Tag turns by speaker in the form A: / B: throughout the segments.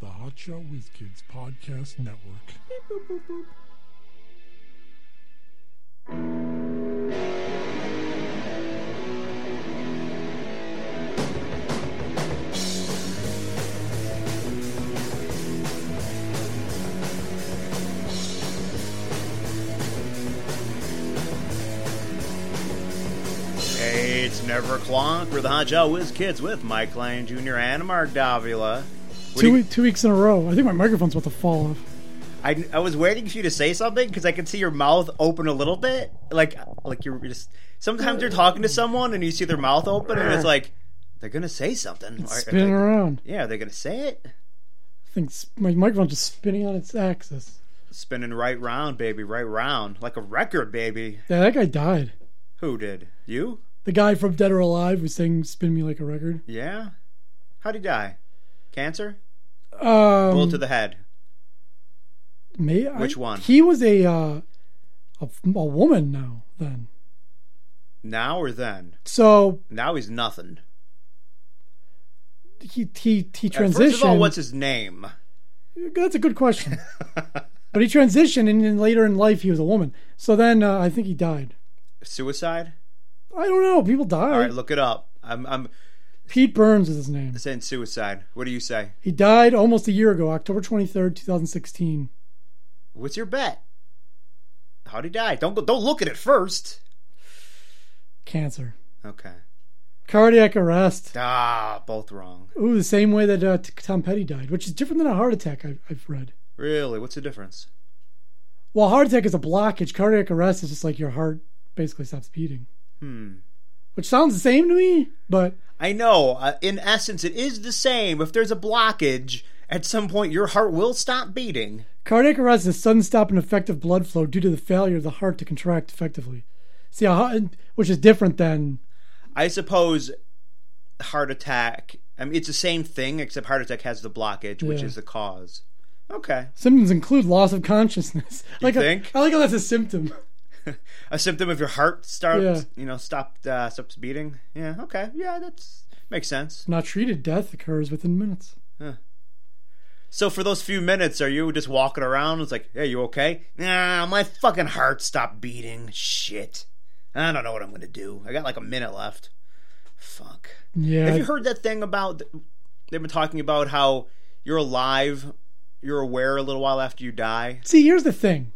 A: Gotcha with Kids Podcast Network.
B: Hey, it's never o'clock. We're the Hot Jaw Whiz Kids with Mike Lyon Jr. and Mark Davila. What do
C: Two,
B: you-
C: we- two weeks in a row. I think my microphone's about to fall off.
B: I, I was waiting for you to say something because I could see your mouth open a little bit, like like you're just. Sometimes you're talking to someone and you see their mouth open and it's like they're gonna say something. Are- are
C: Spinning
B: they-
C: around.
B: yeah, they're gonna say it.
C: I think s- my microphone's just spinning on its axis.
B: Spinning right round, baby, right round, like a record, baby.
C: Yeah, that guy died.
B: Who did you?
C: The guy from Dead or Alive who sang "Spin Me Like a Record."
B: Yeah. How'd he die? Cancer?
C: Um,
B: Bullet to the head.
C: may- I-
B: which one?
C: He was a, uh, a f- a woman now. Then
B: Now or then?
C: so
B: Now he's nothing.
C: he he he transitioned.
B: First of all, what's his name?
C: That's a good question. but he transitioned, and then later in life, he was a woman. So then uh, I think he died.
B: Suicide?
C: I don't know. People die.
B: All right, look it up. I'm I'm
C: Pete Burns is his name.
B: saying suicide. What do you say?
C: He died almost a year ago, October twenty third, two thousand sixteen.
B: What's your bet? How'd he die? Don't go, don't look at it first.
C: Cancer,
B: Okay.
C: cardiac arrest.
B: Ah, both wrong.
C: Ooh, the same way that uh, T- Tom Petty died, which is different than a heart attack. I've, I've read.
B: Really? What's the difference?
C: Well, heart attack is a blockage. Cardiac arrest is just like your heart basically stops beating.
B: Hmm.
C: Which sounds the same to me, but
B: I know. Uh, in essence, it is the same. If there's a blockage, at some point your heart will stop beating.
C: cardiac arrest is sudden stop in effective blood flow due to the failure of the heart to contract effectively. See, a heart, which is different than
B: I suppose heart attack. I mean, it's the same thing except heart attack has the blockage, which
C: Yeah.
B: is the cause. Okay.
C: symptoms include loss of consciousness. like a-
B: think?
C: I like how that's a symptom.
B: a symptom of your heart starts,
C: Yeah.
B: you know, stopped uh, stops beating. Yeah, okay, yeah, that's makes sense.
C: Not treated, death occurs within minutes.
B: So for those few minutes, are you just walking around? It's like, hey, you okay? Nah, my fucking heart stopped beating. Shit, I don't know what I'm gonna do. I got like a minute left. Fuck.
C: Yeah,
B: Have you heard that thing about? They've been talking about how you're alive, you're aware a little while after you die.
C: See, here's the thing.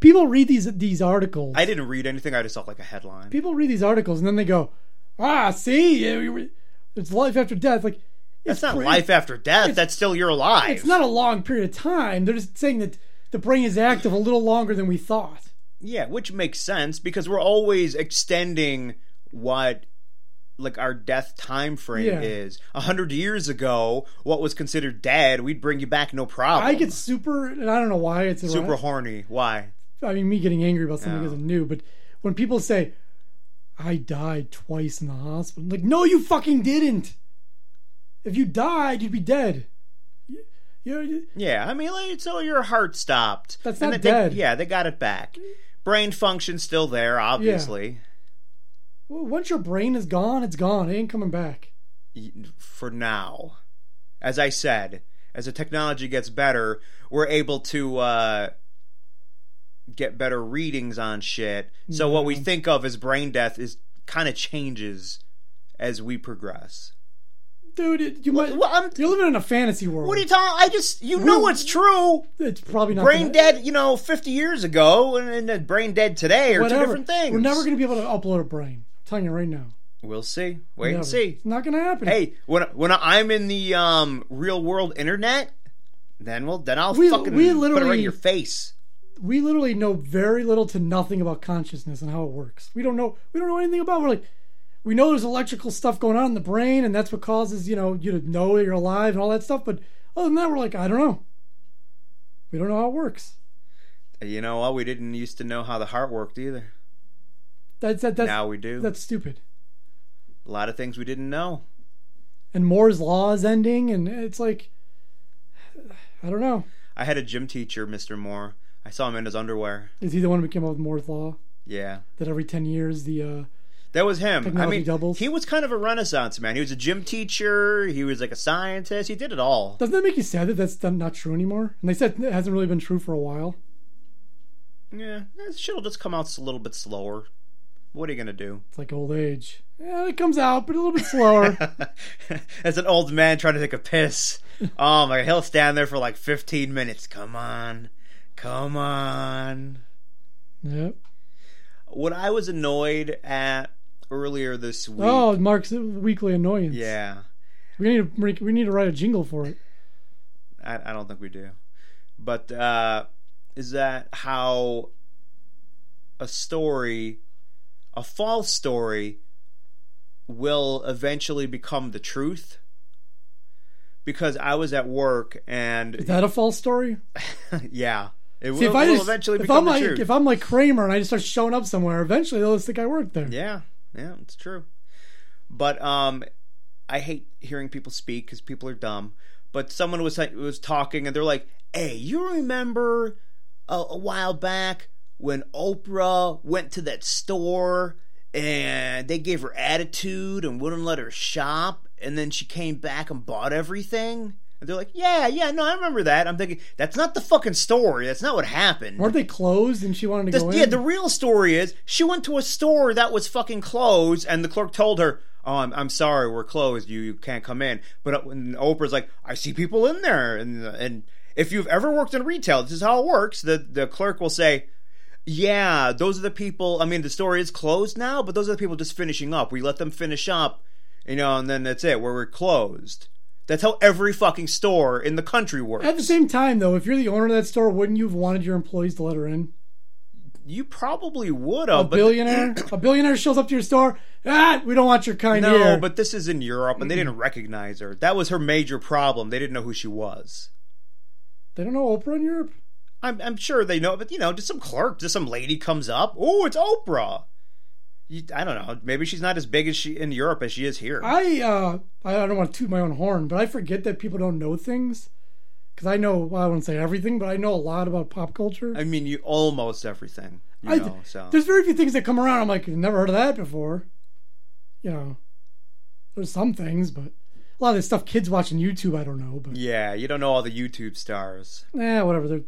C: People read these these articles.
B: I didn't read anything. I just saw like a headline.
C: People read these articles and then they go, "Ah, see, yeah, we- we- it's life after death." Like,
B: That's not
C: pretty-
B: life after death. That's still you're alive.
C: It's not a long period of time. They're just saying that the brain is active a little longer than we thought.
B: Yeah, which makes sense because we're always extending what like our death time frame
C: Yeah.
B: is. A hundred years ago, what was considered dead, we'd bring you back no problem.
C: I get super, and I don't know why it's
B: super horny. Why?
C: I mean, me getting angry about something
B: No.
C: isn't new, but when people say, "I died twice in the hospital," I'm like, no, you fucking didn't. If you died, you'd be dead. You- you
B: Yeah, I mean, like, so your heart stopped.
C: That's
B: And
C: not
B: they- they-
C: dead.
B: yeah, they got it back. Brain function still there, obviously.
C: Well, once your brain is gone, it's gone. It ain't coming back.
B: y- for now. As I said, as the technology gets better, we're able to uh, get better readings on shit. So what we think of as brain death is kind of changes as we progress.
C: Dude, it, you might,
B: Well, I'm,
C: you're living in a fantasy world.
B: what are you talking? I just you know it's true.
C: it's probably not
B: Brain
C: gonna-
B: dead, you know, fifty years ago, and, and then brain dead today are
C: whatever.
B: two different things.
C: We're never going to be able to upload a brain. I'm telling you right now.
B: We'll see. Wait
C: Never.
B: and see.
C: It's not going to happen.
B: Hey, when when I'm in the um, real world internet, then we'll then I'll
C: We-
B: fucking
C: we
B: put it right
C: literally-
B: in your face.
C: we literally know very little to nothing about consciousness and how it works. We don't know. We don't know anything about. It. We're like, we know there's electrical stuff going on in the brain, and that's what causes you know you to know you're alive and all that stuff. But other than that, we're like, I don't know. We don't know how it works.
B: You know what? We didn't used to know how the heart worked either.
C: That's that. That's
B: now we do.
C: that's stupid.
B: A lot of things we didn't know.
C: and Moore's law is ending, and it's like, I don't know.
B: I had a gym teacher, Mr. Moore. I saw him in his underwear.
C: Is he the one who came up with Moore's law?
B: Yeah.
C: That every ten years the uh,
B: That was him. I
C: Technology
B: mean,
C: doubles.
B: he was kind of a renaissance man. He was a gym teacher. He was like a scientist. He did it all.
C: Doesn't that make you sad that that's not true anymore? And they said it hasn't really been true for a while.
B: Yeah, that shit'll just come out a little bit slower. What are you gonna do?
C: It's like old age. Yeah, it comes out, but a little bit slower.
B: As an old man trying to take a piss. Oh my god, he'll stand there for like 15 minutes. Come on, come on.
C: yep.
B: What I was annoyed at earlier this week.
C: Oh, Mark's weekly annoyance.
B: yeah.
C: We need to make- we need to write a jingle for it.
B: I, I don't think we do. But uh, is that how a story, a false story, will eventually become the truth? Because I was at work
C: Is
B: and
C: that a false story?
B: yeah, it
C: See,
B: will,
C: if I
B: will
C: just
B: eventually
C: if
B: become
C: I'm
B: the
C: like
B: truth.
C: if I'm like Kramer and I just start showing up somewhere, eventually they'll just think I worked there.
B: Yeah, yeah, it's true. But um, I hate hearing people speak because people are dumb. But someone was like, was talking, and they're like, "Hey, you remember a, a while back when Oprah went to that store and they gave her attitude and wouldn't let her shop, and then she came back and bought everything?" And they're like, "Yeah, yeah, no, I remember that." I'm thinking that's not the fucking story. That's not what happened.
C: Weren't they closed and she wanted to
B: The-
C: go
B: yeah,
C: in?
B: the real story is she went to a store that was fucking closed, and the clerk told her, "Oh, I'm, I'm sorry, we're closed. You, you can't come in." But uh, when Oprah's like, "I see people in there," and and if you've ever worked in retail, this is how it works. The the clerk will say. Yeah, those are the people. I mean, the store is closed now, but those are the people just finishing up. We let them finish up, you know, and then that's it. Where we're closed. That's how every fucking store in the country works.
C: At the same time, though, if you're the owner of that store, wouldn't you have wanted your employees to let her in?
B: you probably would have,
C: A
B: but
C: billionaire, a billionaire shows up to your store. Ah, we don't want your kind
B: No,
C: here.
B: but this is in Europe, and they
C: Mm-hmm.
B: didn't recognize her. That was her major problem. They didn't know who she was.
C: they don't know Oprah in Europe.
B: I'm, I'm sure they know, but you know, just some clerk, just some lady comes up. Oh, it's Oprah. You, I don't know. Maybe she's not as big as she in Europe as she is here.
C: I uh, I I don't want to toot my own horn, but I forget that people don't know things because I know well, I wouldn't say everything, but I know a lot about pop culture.
B: I mean, you almost everything. You
C: I-
B: know, so
C: There's very few things that come around. I'm like, I've never heard of that before. You know, there's some things, but a lot of this stuff kids watch on YouTube, I don't know. But
B: yeah, you don't know all the YouTube stars.
C: yeah, whatever. They're,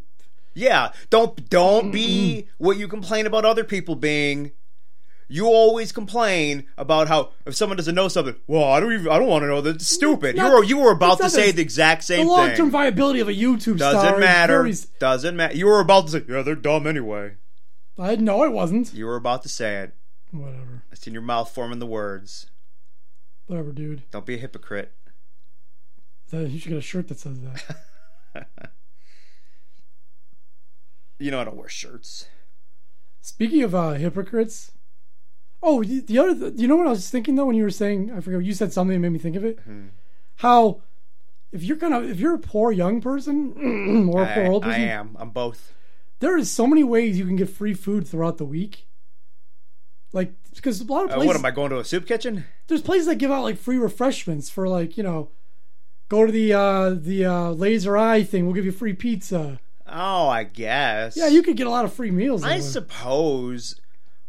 B: Yeah, don't don't be what you complain about other people being. You always complain about how if someone doesn't know something, well, I don't even I don't want to know that. It's stupid.
C: Not-
B: you were you were about
C: it's
B: to
C: not
B: say
C: the-
B: the exact
C: the
B: same
C: long term
B: thing.
C: viability of a YouTube star
B: Doesn't
C: is
B: matter.
C: very-
B: Doesn't matter. You were about to say, yeah, they're dumb anyway.
C: I no, it wasn't.
B: You were about to say it.
C: Whatever,
B: I seen your mouth forming the words.
C: whatever, dude.
B: Don't be a hypocrite.
C: That- You should get a shirt that says that.
B: You know I don't wear shirts.
C: Speaking of uh, hypocrites, oh, the, the other, you know what I was thinking though when you were saying, I forget, you said something that made me think of it.
B: Hmm.
C: How if you're gonna, if you're a poor young person or a
B: I,
C: poor old
B: I
C: person,
B: am. I'm both.
C: there is so many ways you can get free food throughout the week. Like, because a lot of
B: Uh,
C: places,
B: what am I going to a soup kitchen?
C: there's places that give out like free refreshments for like you know, go to the uh the uh laser eye thing. We'll give you free pizza.
B: Oh, I guess.
C: Yeah, you could get a lot of free meals.
B: I
C: that way.
B: suppose,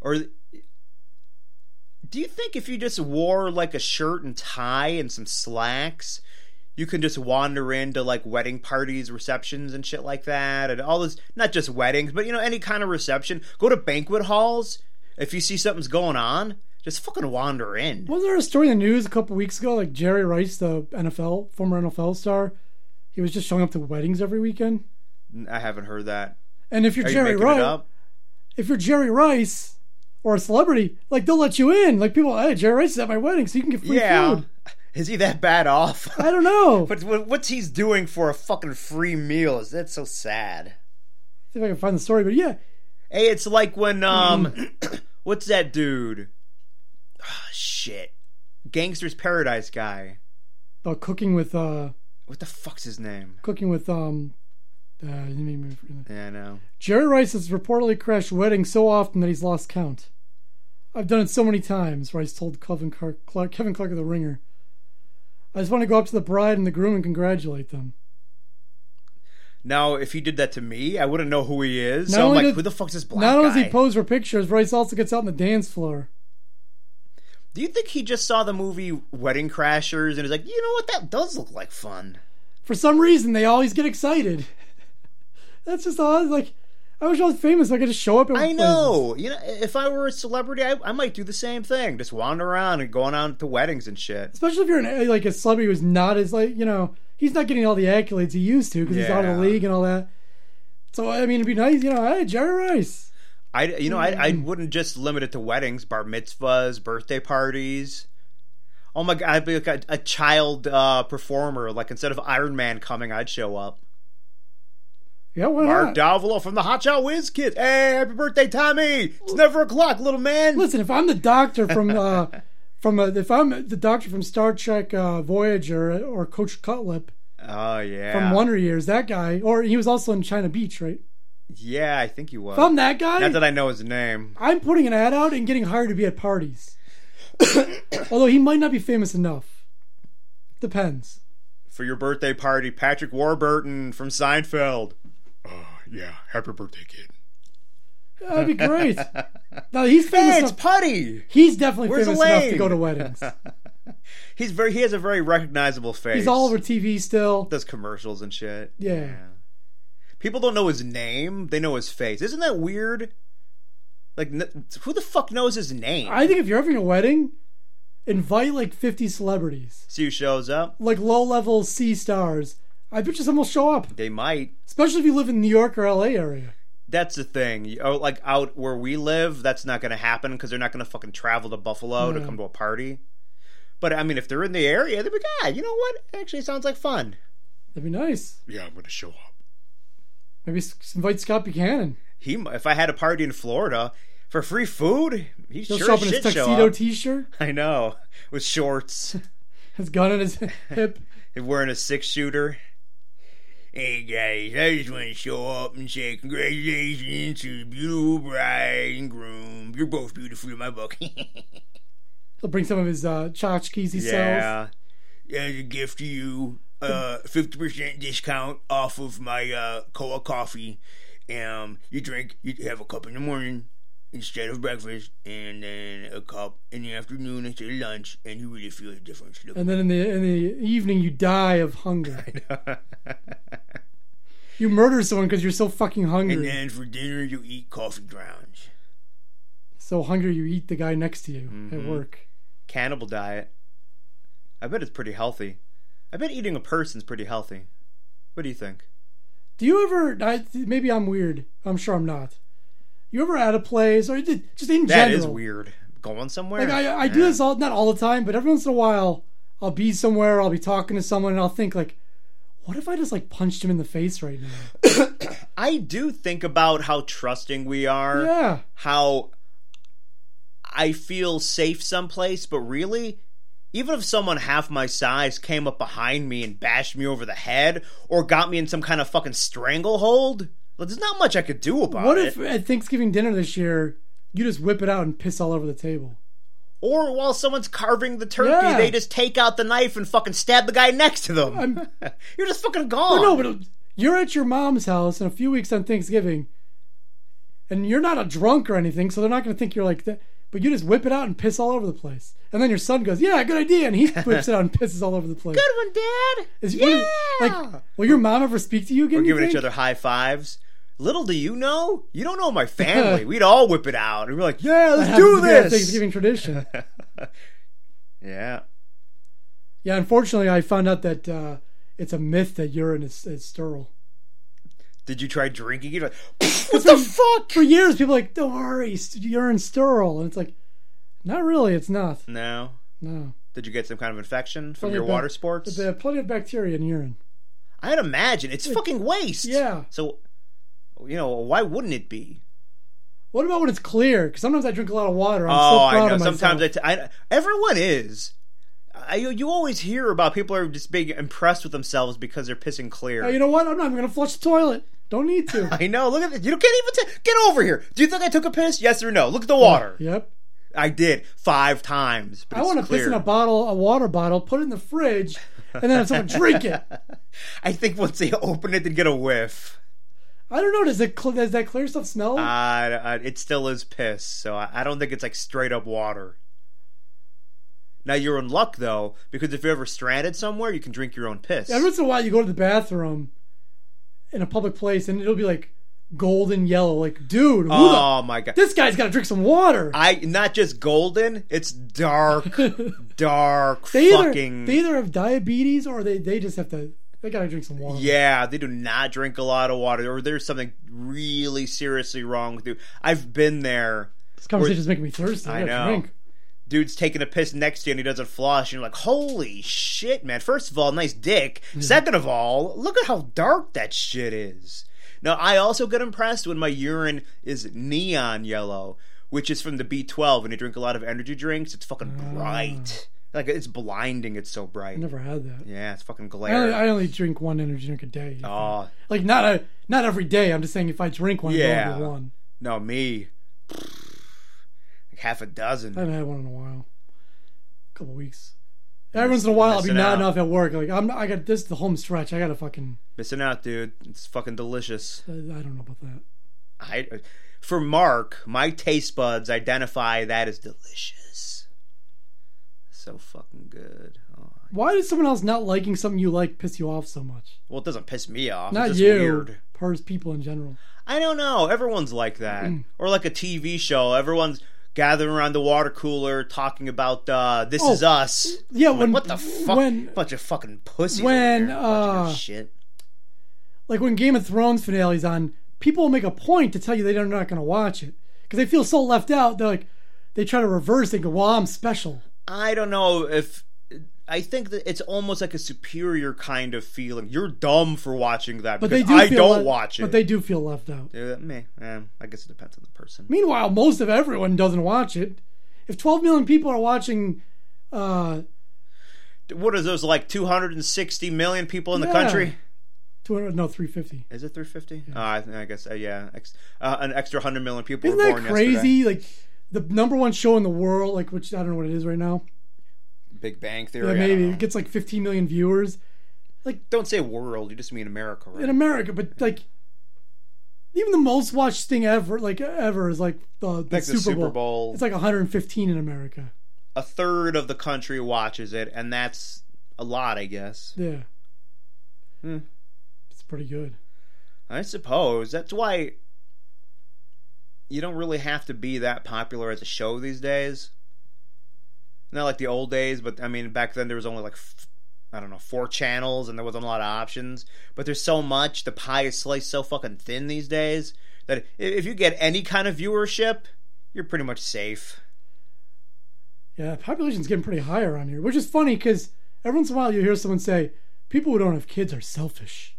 B: or do you think if you just wore like a shirt and tie and some slacks, you can just wander into like wedding parties, receptions, and shit like that, and all this? Not just weddings, but you know, any kind of reception. Go to banquet halls if you see something's going on. Just fucking wander in.
C: Wasn't there a story in the news a couple weeks ago? Like Jerry Rice, the NFL former NFL star, he was just showing up to weddings every weekend.
B: I haven't heard that.
C: And if you're
B: Are you
C: Jerry
B: making
C: Rice,
B: it up?
C: if you're Jerry Rice or a celebrity, like they'll let you in. Like people, hey, Jerry Rice is at my wedding, so you can get free
B: Yeah.
C: food.
B: Is he that bad off?
C: I don't know.
B: but what- what's he's doing for a fucking free meal? Is that so sad?
C: See if I can find the story, but yeah,
B: Hey, it's like when um, what's that dude? Ah, shit, Gangster's Paradise guy.
C: uh, cooking with uh,
B: What the fuck's his name?
C: cooking with um, uh, you made me forget.
B: Yeah, I know.
C: Jerry Rice has reportedly crashed weddings so often that he's lost count. I've done it so many times, Rice told Kevin Clark, Clark, Kevin Clark of The Ringer. I just want to go up to the bride and the groom and congratulate them.
B: Now, if he did that to me, I wouldn't know who he is.
C: Not
B: so I'm
C: only
B: like,
C: did-
B: who the fuck's this black
C: Not
B: guy?
C: only does he pose for pictures, Rice also gets out on the dance floor.
B: Do you think he just saw the movie Wedding Crashers and is like, you know what, that does look like fun?
C: For some reason, they always get excited. That's just all. Like, I wish I was famous. so I could just show up. At
B: I know. You know, if I were a celebrity, I, I might do the same thing. Just wander around and going on to weddings and shit.
C: especially if you're an, like a celebrity who's not as like you know he's not getting all the accolades he used to because he's out of the
B: Yeah.
C: league and all that. So I mean, it'd be nice, you know. Hey, Jerry Rice.
B: I, you know, I, I
C: Mm.
B: wouldn't just limit it to weddings, bar mitzvahs, birthday parties. Oh my god, I'd be like a, a child uh, performer. Like instead of Iron Man coming, I'd show up.
C: Yeah, why
B: Mark
C: not?
B: Davila from the Hot Shot Whiz Kids. Hey, happy birthday, Tommy! It's never o'clock, little man.
C: Listen, if I'm the doctor from uh, from uh, if I'm the doctor from Star Trek uh, Voyager or Coach Cutlip
B: oh yeah,
C: from Wonder Years, that guy, or he was also in China Beach, right?
B: yeah, I think he was.
C: If I'm that guy,
B: Not that I know his name.
C: I'm putting an ad out and getting hired to be at parties. Although he might not be famous enough. Depends.
B: For your birthday party, Patrick Warburton from Seinfeld.
A: Uh, Yeah, happy birthday, kid.
C: That'd be great. no, he's famous.
B: Hey, it's
C: enough-
B: Putty.
C: He's definitely
B: Where's
C: famous enough to
B: Elaine?
C: go to weddings.
B: He's very. He has a very recognizable face.
C: He's all over TV still.
B: does commercials and shit.
C: Yeah.
B: People don't know his name; they know his face. Isn't that weird? Like, n- who the fuck knows his name?
C: I think if you're having a wedding, invite like 50 celebrities,
B: Sue shows up.
C: like low level C stars. I bet you some will show up,
B: They might.
C: especially if you live in New York or LA area.
B: That's the thing. You- Oh, like out where we live, that's not going to happen because they're not going to fucking travel to Buffalo to come to a party. But I mean, if they're in the area, they'd be like, "Yeah, you know what? Actually, it sounds like fun."
C: That'd be nice.
A: Yeah, I'm going to show up.
C: Maybe s- invite Scott Buchanan.
B: He, m- if I had a party in Florida for free food, he
C: He'll
B: sure
C: show
B: as
C: up in his
B: shit show
C: tuxedo
B: up.
C: t shirt,
B: I know, with shorts.
C: his gun in his hip.
B: If we're in a six shooter. Hey guys, I just want to show up and say congratulations to the beautiful bride and groom. You're both beautiful in my book.
C: He'll bring some of his uh, tchotchkes he sells.
B: yeah. As a gift to you, uh, 50% discount off of my uh, Koa coffee. Um, you drink, you have a cup in the morning instead of breakfast, and then a cup in the afternoon instead of lunch, and you really feel the difference. Look.
C: And then in the in the evening, you die of hunger. You murder someone because you're so fucking
D: And
C: hungry.
D: then for dinner, you eat coffee grounds.
C: so hungry you eat the guy next to you
B: Mm-hmm.
C: at work.
B: cannibal diet. I bet it's pretty healthy. I bet eating a person's pretty healthy. What do you think?
C: Do you ever? I, maybe I'm weird. I'm sure I'm not. You ever at a place or ju- just in
B: That
C: general?
B: is weird. Going somewhere?
C: Like I, I do this all not all the time, but every once in a while, I'll be somewhere, I'll be talking to someone, and I'll think like, what if I just like punched him in the face right now?
B: I do think about how trusting we are.
C: yeah,
B: How I feel safe someplace, but really, even if someone half my size came up behind me and bashed me over the head or got me in some kind of fucking stranglehold, well, there's not much I could do about
C: what
B: it.
C: if at Thanksgiving dinner this year you just whip it out and piss all over the table?
B: Or while someone's carving the turkey,
C: Yeah.
B: they just take out the knife and fucking stab the guy next to them. You're just fucking gone.
C: No, but you're at your mom's house in a few weeks on Thanksgiving, and you're not a drunk or anything, so they're not going to think you're like that. But you just whip it out and piss all over the place, and then your son goes, "Yeah, good idea," and he whips it out and pisses all over the place.
B: good one, Dad.
C: Is-
B: yeah.
C: like, will your mom ever speak to you again?
B: We're
C: you
B: giving each
C: think?
B: other high fives. Little do you know, you don't know my family. We'd all whip it out and we're like, yeah,
C: That
B: let's
C: happens
B: do
C: to be our
B: this.
C: Thanksgiving tradition.
B: Yeah.
C: yeah, unfortunately, I found out that uh, it's a myth that urine is, is sterile.
B: Did you try drinking it? Like, what the fuck?
C: For years, people are like, "Don't worry, st- urine's sterile," and it's like, not really. It's not.
B: No.
C: No,
B: Did you get some kind of infection from
C: Probably
B: your
C: back-
B: water sports?
C: there are plenty of bacteria in urine.
B: I'd imagine it's fucking waste.
C: Yeah.
B: So, you know, why wouldn't it be?
C: What about when it's clear? Because sometimes I drink a lot of water. I'm
B: oh,
C: so proud
B: I know.
C: of myself.
B: Sometimes I, t- I everyone is. I, you, you always hear about people are just being impressed with themselves because they're pissing clear.
C: Oh, you know what? I'm not even gonna flush the toilet. Don't need to.
B: I know. Look at this. You can't even t- get over here. Do you think I took a piss? Yes or no? Look at the water.
C: yep.
B: I did five times. But
C: I
B: it's
C: want to
B: clear.
C: piss in a bottle, a water bottle, put it in the fridge, and then have someone drink it.
B: I think once they open it, they get a whiff.
C: I don't know. Does it? Cl- does that clear stuff smell?
B: Uh, it still is piss, so I, I don't think it's like straight up water. Now you're in luck though, because if you're ever stranded somewhere, you can drink your own piss.
C: Every once in a while, you go to the bathroom in a public place, and it'll be like golden yellow. Like, dude, who
B: oh my god.
C: the, this guy's got to drink some water.
B: I not just golden, it's dark, dark
C: they either
B: fucking
C: they either have diabetes or they they just have to they got to drink some water.
B: Yeah, they do not drink a lot of water, or there's something really seriously wrong with you. I've been there.
C: This conversation's making me thirsty. I,
B: I
C: gotta
B: know.
C: Drink.
B: Dude's taking a piss next to you and he doesn't flush, and you're like, holy shit, man. First of all, nice dick. Second of all, look at how dark that shit is. Now, I also get impressed when my urine is neon yellow, which is from the B12. When you drink a lot of energy drinks, it's fucking
C: Mm.
B: bright. Like, it's blinding, it's so
C: I
B: bright.
C: never had that.
B: Yeah, it's fucking
C: I only,
B: glare.
C: I only drink one energy drink a day.
B: oh,
C: Like not a not every day. I'm just saying if I drink one, yeah.
B: Yeah.
C: I'll one.
B: no, me. Like half a dozen.
C: I haven't had one in a while. A couple weeks. Every once in a while, I'll be
B: missing
C: nodding
B: out.
C: off at work. Like I'm, I got this is the home stretch. I gotta fucking.
B: Missing out, dude. It's fucking delicious.
C: I I don't know about that.
B: I, for Mark, my taste buds identify that as delicious. So fucking good. Oh.
C: Why does someone else not liking something you like piss you off so much?
B: Well, it doesn't piss me off.
C: Not
B: it's just
C: you,
B: Oh, weird.
C: pers people in general.
B: I don't know. Everyone's like that.
C: Mm.
B: Or like a TV show. Everyone's gathering around the water cooler talking about uh, this
C: Oh.
B: is us.
C: Yeah,
B: I'm like,
C: when
B: what the fuck?
C: When
B: Bunch of fucking pussies.
C: when,
B: over here watching this
C: uh,
B: shit.
C: like when Game of Thrones finale's on, people make a point to tell you they're not going to watch it because they feel so left out. They're like, they try to reverse it. and Go, well, I'm special.
B: I don't know if I think that it's almost like a superior kind of feeling. You're dumb for watching that
C: But
B: because
C: they do.
B: I
C: feel
B: don't
C: le-
B: watch it.
C: But they do feel left out.
B: Uh, meh, eh, I guess it depends on the person.
C: Meanwhile, most of everyone doesn't watch it. If 12 million people are watching, uh,
B: What is those like 260 million people in the
C: Yeah.
B: country?
C: 200 no 350.
B: Is it 350? Uh, I, think- I guess uh, yeah, ex- uh, an extra 100 million people
C: Isn't
B: were
C: that
B: born yesterday.
C: crazy? Like the number one show in the world, like which I don't know what it is right now.
B: Big Bang Theory.
C: Yeah,
B: I don't
C: maybe
B: know.
C: it gets like 15 million viewers.
B: Don't say world. You just mean America, right?
C: in America, but like even the most watched thing ever, like ever, is like the, the,
B: Like
C: Super,
B: the Super
C: Bowl.
B: Bowl.
C: It's like 115 in America.
B: a third of the country watches it, and that's a lot, I guess.
C: Yeah,
B: Hmm.
C: it's pretty good.
B: I suppose that's why you don't really have to be that popular as a show these days. Not like the old days, but I mean, back then there was only like f- I don't know four channels, and there wasn't a lot of options. But there's so much; the pie is sliced so fucking thin these days that i- if you get any kind of viewership, you're pretty much safe.
C: Yeah, population's getting pretty higher on here, which is funny because every once in a while you hear someone say, "People who don't have kids are selfish."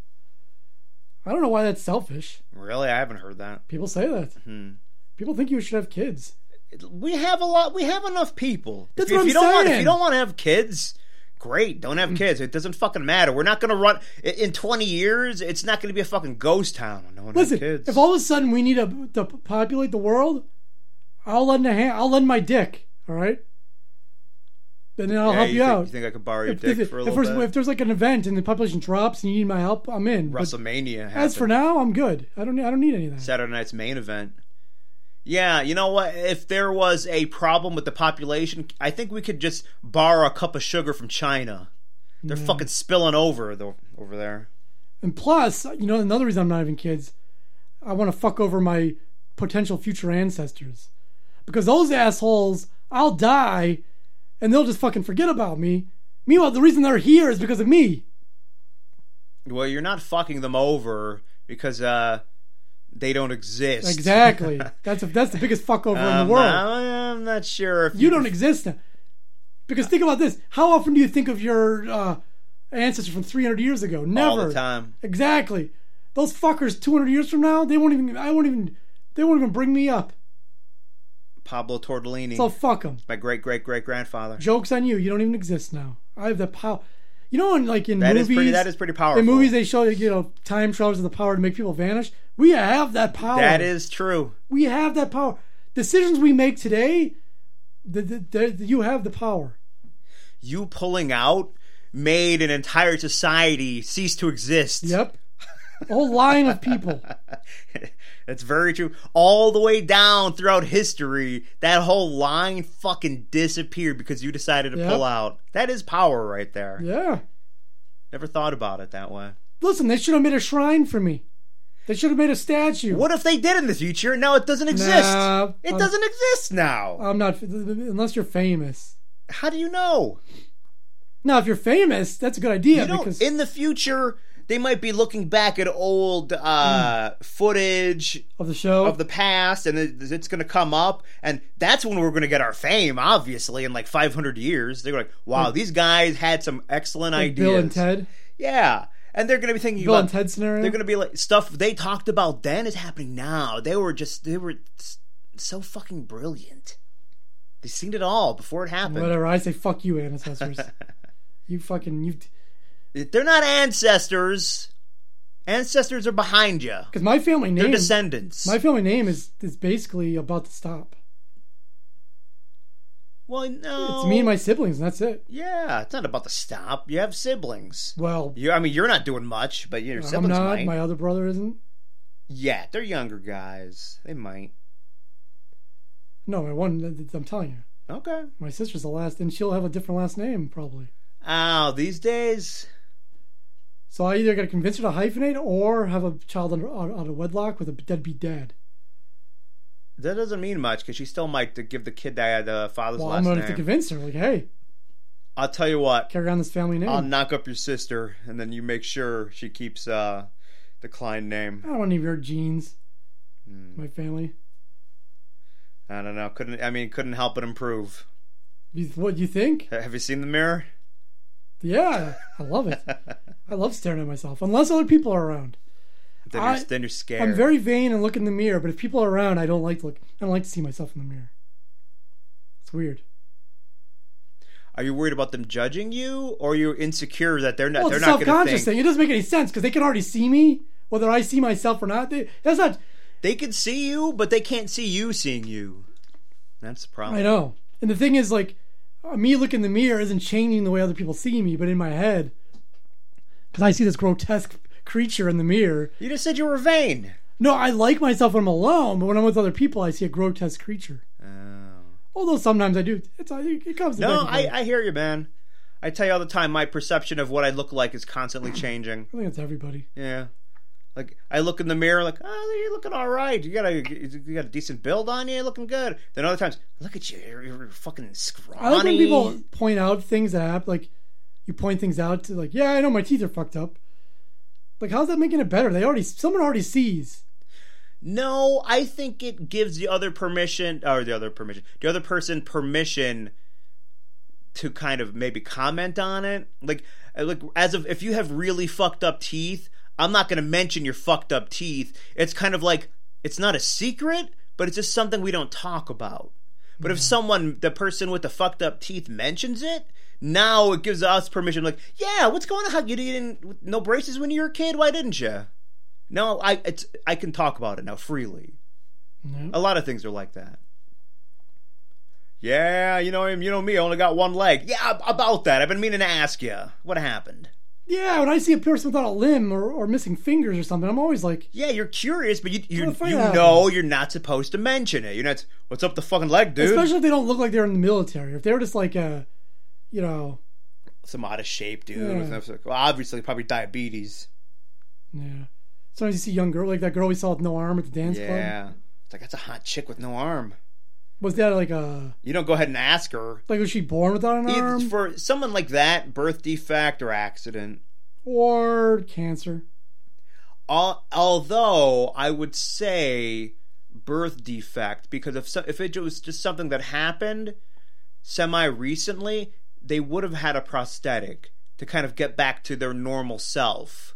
C: I don't know why that's selfish.
B: Really, I haven't heard that.
C: People say that.
B: Hmm.
C: People think you should have kids.
B: We have a lot. We have enough people.
C: That's
B: if,
C: what
B: if
C: I'm
B: you don't Want, if
C: saying. Mm.
B: you don't want to have kids, great. Don't have kids. It doesn't fucking matter. We're not gonna run i- in twenty years. It's not gonna be a fucking ghost town. when No one
C: Listen,
B: has kids.
C: if all of a sudden we need to, to populate the world, I'll lend a hand. I'll lend my dick. All right. And then I'll
B: Yeah,
C: help you,
B: think,
C: out.
B: You think I could borrow your
C: if,
B: dick
C: if-
B: for a
C: if
B: little
C: there's,
B: bit?
C: if there's like an event and the population drops and you need my help, I'm in. But
B: WrestleMania.
C: as for
B: happened.
C: now, I'm good. I don't. need- I don't need any of that.
B: Saturday night's main event. Yeah, you know what? If there was a problem with the population, I think we could just borrow a cup of sugar from China. They're fucking spilling over though over there.
C: And plus, you know, another reason I'm not having kids, I want to fuck over my potential future ancestors, because those assholes, I'll die, and they'll just fucking forget about me. Meanwhile, the reason they're here is because of me.
B: Well, you're not fucking them over because uh, they don't exist.
C: Exactly. that's a, that's the biggest fuck over in
B: Um,
C: the world.
B: I- I'm not sure if
C: you don't exist now. Because think about this: how often do you think of your uh, ancestor from 300 years ago? Never.
B: all the time.
C: Exactly. Those fuckers 200 years from now, they won't even. I won't even. They won't even bring me up.
B: Pablo Tortellini,
C: So fuck them.
B: my great great great grandfather.
C: Jokes on you. You don't even exist now. I have the power. You know, in like in
B: That is
C: movies,
B: pretty. That is pretty powerful.
C: in movies they show you know time travelers have the power to make people vanish. We have that power.
B: that is true.
C: We have that power. Decisions we make today, the, the, the, you have the power.
B: You pulling out made an entire society cease to exist.
C: Yep. A whole line of people.
B: That's very true. All the way down throughout history, that whole line fucking disappeared because you decided to
C: Yep.
B: pull out. That is power right there.
C: Yeah.
B: Never thought about it that way.
C: Listen, they should have made a shrine for me. They should have made a statue.
B: What if they did in the future and now it doesn't exist?
C: Nah, Uh,
B: it
C: I'm-
B: doesn't exist now.
C: I'm not unless you're famous.
B: How do you know?
C: Now, if you're famous, that's a good idea
B: you don't,
C: because
B: in the future, they might be looking back at old uh,
C: Hmm.
B: footage
C: of the show.
B: of the past and it- it's going to come up and that's when we're going to get our fame obviously in like 500 years they're like wow these guys had some excellent
C: like
B: ideas
C: Bill and Ted,
B: yeah and they're going to be thinking
C: Bill
B: about
C: and Ted scenario.
B: they're going to be like stuff they talked about then is happening now they were just they were s- so fucking brilliant they seen it all before it happened
C: Whatever. I say, fuck you, ancestors. you fucking you.
B: they're not ancestors ancestors are behind you
C: Because my family
B: they're
C: name,
B: descendants
C: my family name is is basically about to stop.
B: well no
C: It's me and my siblings, and that's it.
B: yeah it's not about to stop you have siblings
C: Well,
B: You, I mean, you're not doing much, but your
C: I'm
B: siblings
C: not.
B: might.
C: My other brother isn't.
B: Yeah, they're younger guys. They might.
C: No, my one. I'm telling you,
B: Okay.
C: my sister's the last, and she'll have a different last name probably.
B: Oh, these days.
C: So I either got to convince her to hyphenate or have a child under, out, out of wedlock with a deadbeat dad.
B: That doesn't mean much because she still might give the kid that the father's
C: Well, I'm
B: last
C: gonna
B: name.
C: have to convince her, like, hey,
B: I'll tell you what.
C: carry on this family name.
B: I'll knock up your sister, and then you make sure she keeps uh, the Klein name.
C: I don't want any of your genes.
B: Hmm.
C: My family.
B: I don't know. Couldn't. I mean, couldn't help but improve.
C: You, what you think?
B: Ha- Have you seen the mirror?
C: Yeah, I love it. I love staring at myself, unless other people are around.
B: Then,
C: I-
B: you're, then you're scared.
C: I'm very vain and look in the mirror, but if people are around, I don't like to look. I don't like to see myself in the mirror. It's weird.
B: Are you worried about them judging you, or are you insecure that they're not?
C: Well,
B: they're
C: it's a
B: not going to
C: self-conscious
B: think.
C: thing. It doesn't make any sense because they can already see me, whether I see myself or not. They, that's not.
B: They can see you, but they can't see you seeing you. That's the problem.
C: I know. And the thing is, like, uh, me looking in the mirror isn't changing the way other people see me, but in my head, because I see this grotesque creature in the mirror.
B: You just said you were vain.
C: No, I like myself when I'm alone, but when I'm with other people, I see a grotesque creature.
B: Oh.
C: Although sometimes I do. It's it comes.
B: No,
C: back and forth.
B: I, I hear you, man. I tell you all the time, my perception of what I look like is constantly changing.
C: I think it's everybody.
B: Yeah. Like I look in the mirror, like, oh, you're looking all right. You got a you got a decent build on you, looking good. Then other times, look at you, you're, you're fucking scrawny.
C: I like when people point out things that happen. Like you point things out to, like, yeah, I know my teeth are fucked up. Like, how's that making it better? They already someone already sees.
B: No, I think it gives the other permission, or the other permission, the other person permission to kind of maybe comment on it. Like, uh, like as of if you have really fucked up teeth, I'm not going to mention your fucked up teeth. It's kind of like it's not a secret, but it's just something we don't talk about. But if someone, the person with the fucked up teeth, mentions it, now it gives us permission. Like, yeah, what's going on? You didn't no braces when you were a kid. Why didn't you? No, I it's I can talk about it now freely.
C: Yeah.
B: A lot of things are like that. Yeah, you know him, you know me. I only got one leg. Yeah, ab- about that. I've been meaning to ask you what happened.
C: Yeah, when I see a person without a limb or, or missing fingers or something, I'm always like,
B: Yeah, you're curious, but you you,
C: What if I
B: you
C: have-
B: know you're not supposed to mention it. You're not. What's up the fucking leg, dude?
C: especially if they don't look like they're in the military. If they were just like a, you know,
B: Some out of shape, dude.
C: Yeah.
B: With no- well, obviously, probably diabetes.
C: yeah. Sometimes you see young girl like that girl we saw with no arm at the dance club.
B: Yeah, it's like that's a hot chick with no arm.
C: Was that like a
B: You don't go ahead and ask her.
C: like was she born without an
B: Either
C: arm
B: for someone like that, birth defect or accident,
C: or cancer?
B: Al- although I would say birth defect because if so, if it was just something that happened semi recently, they would have had a prosthetic to kind of get back to their normal self.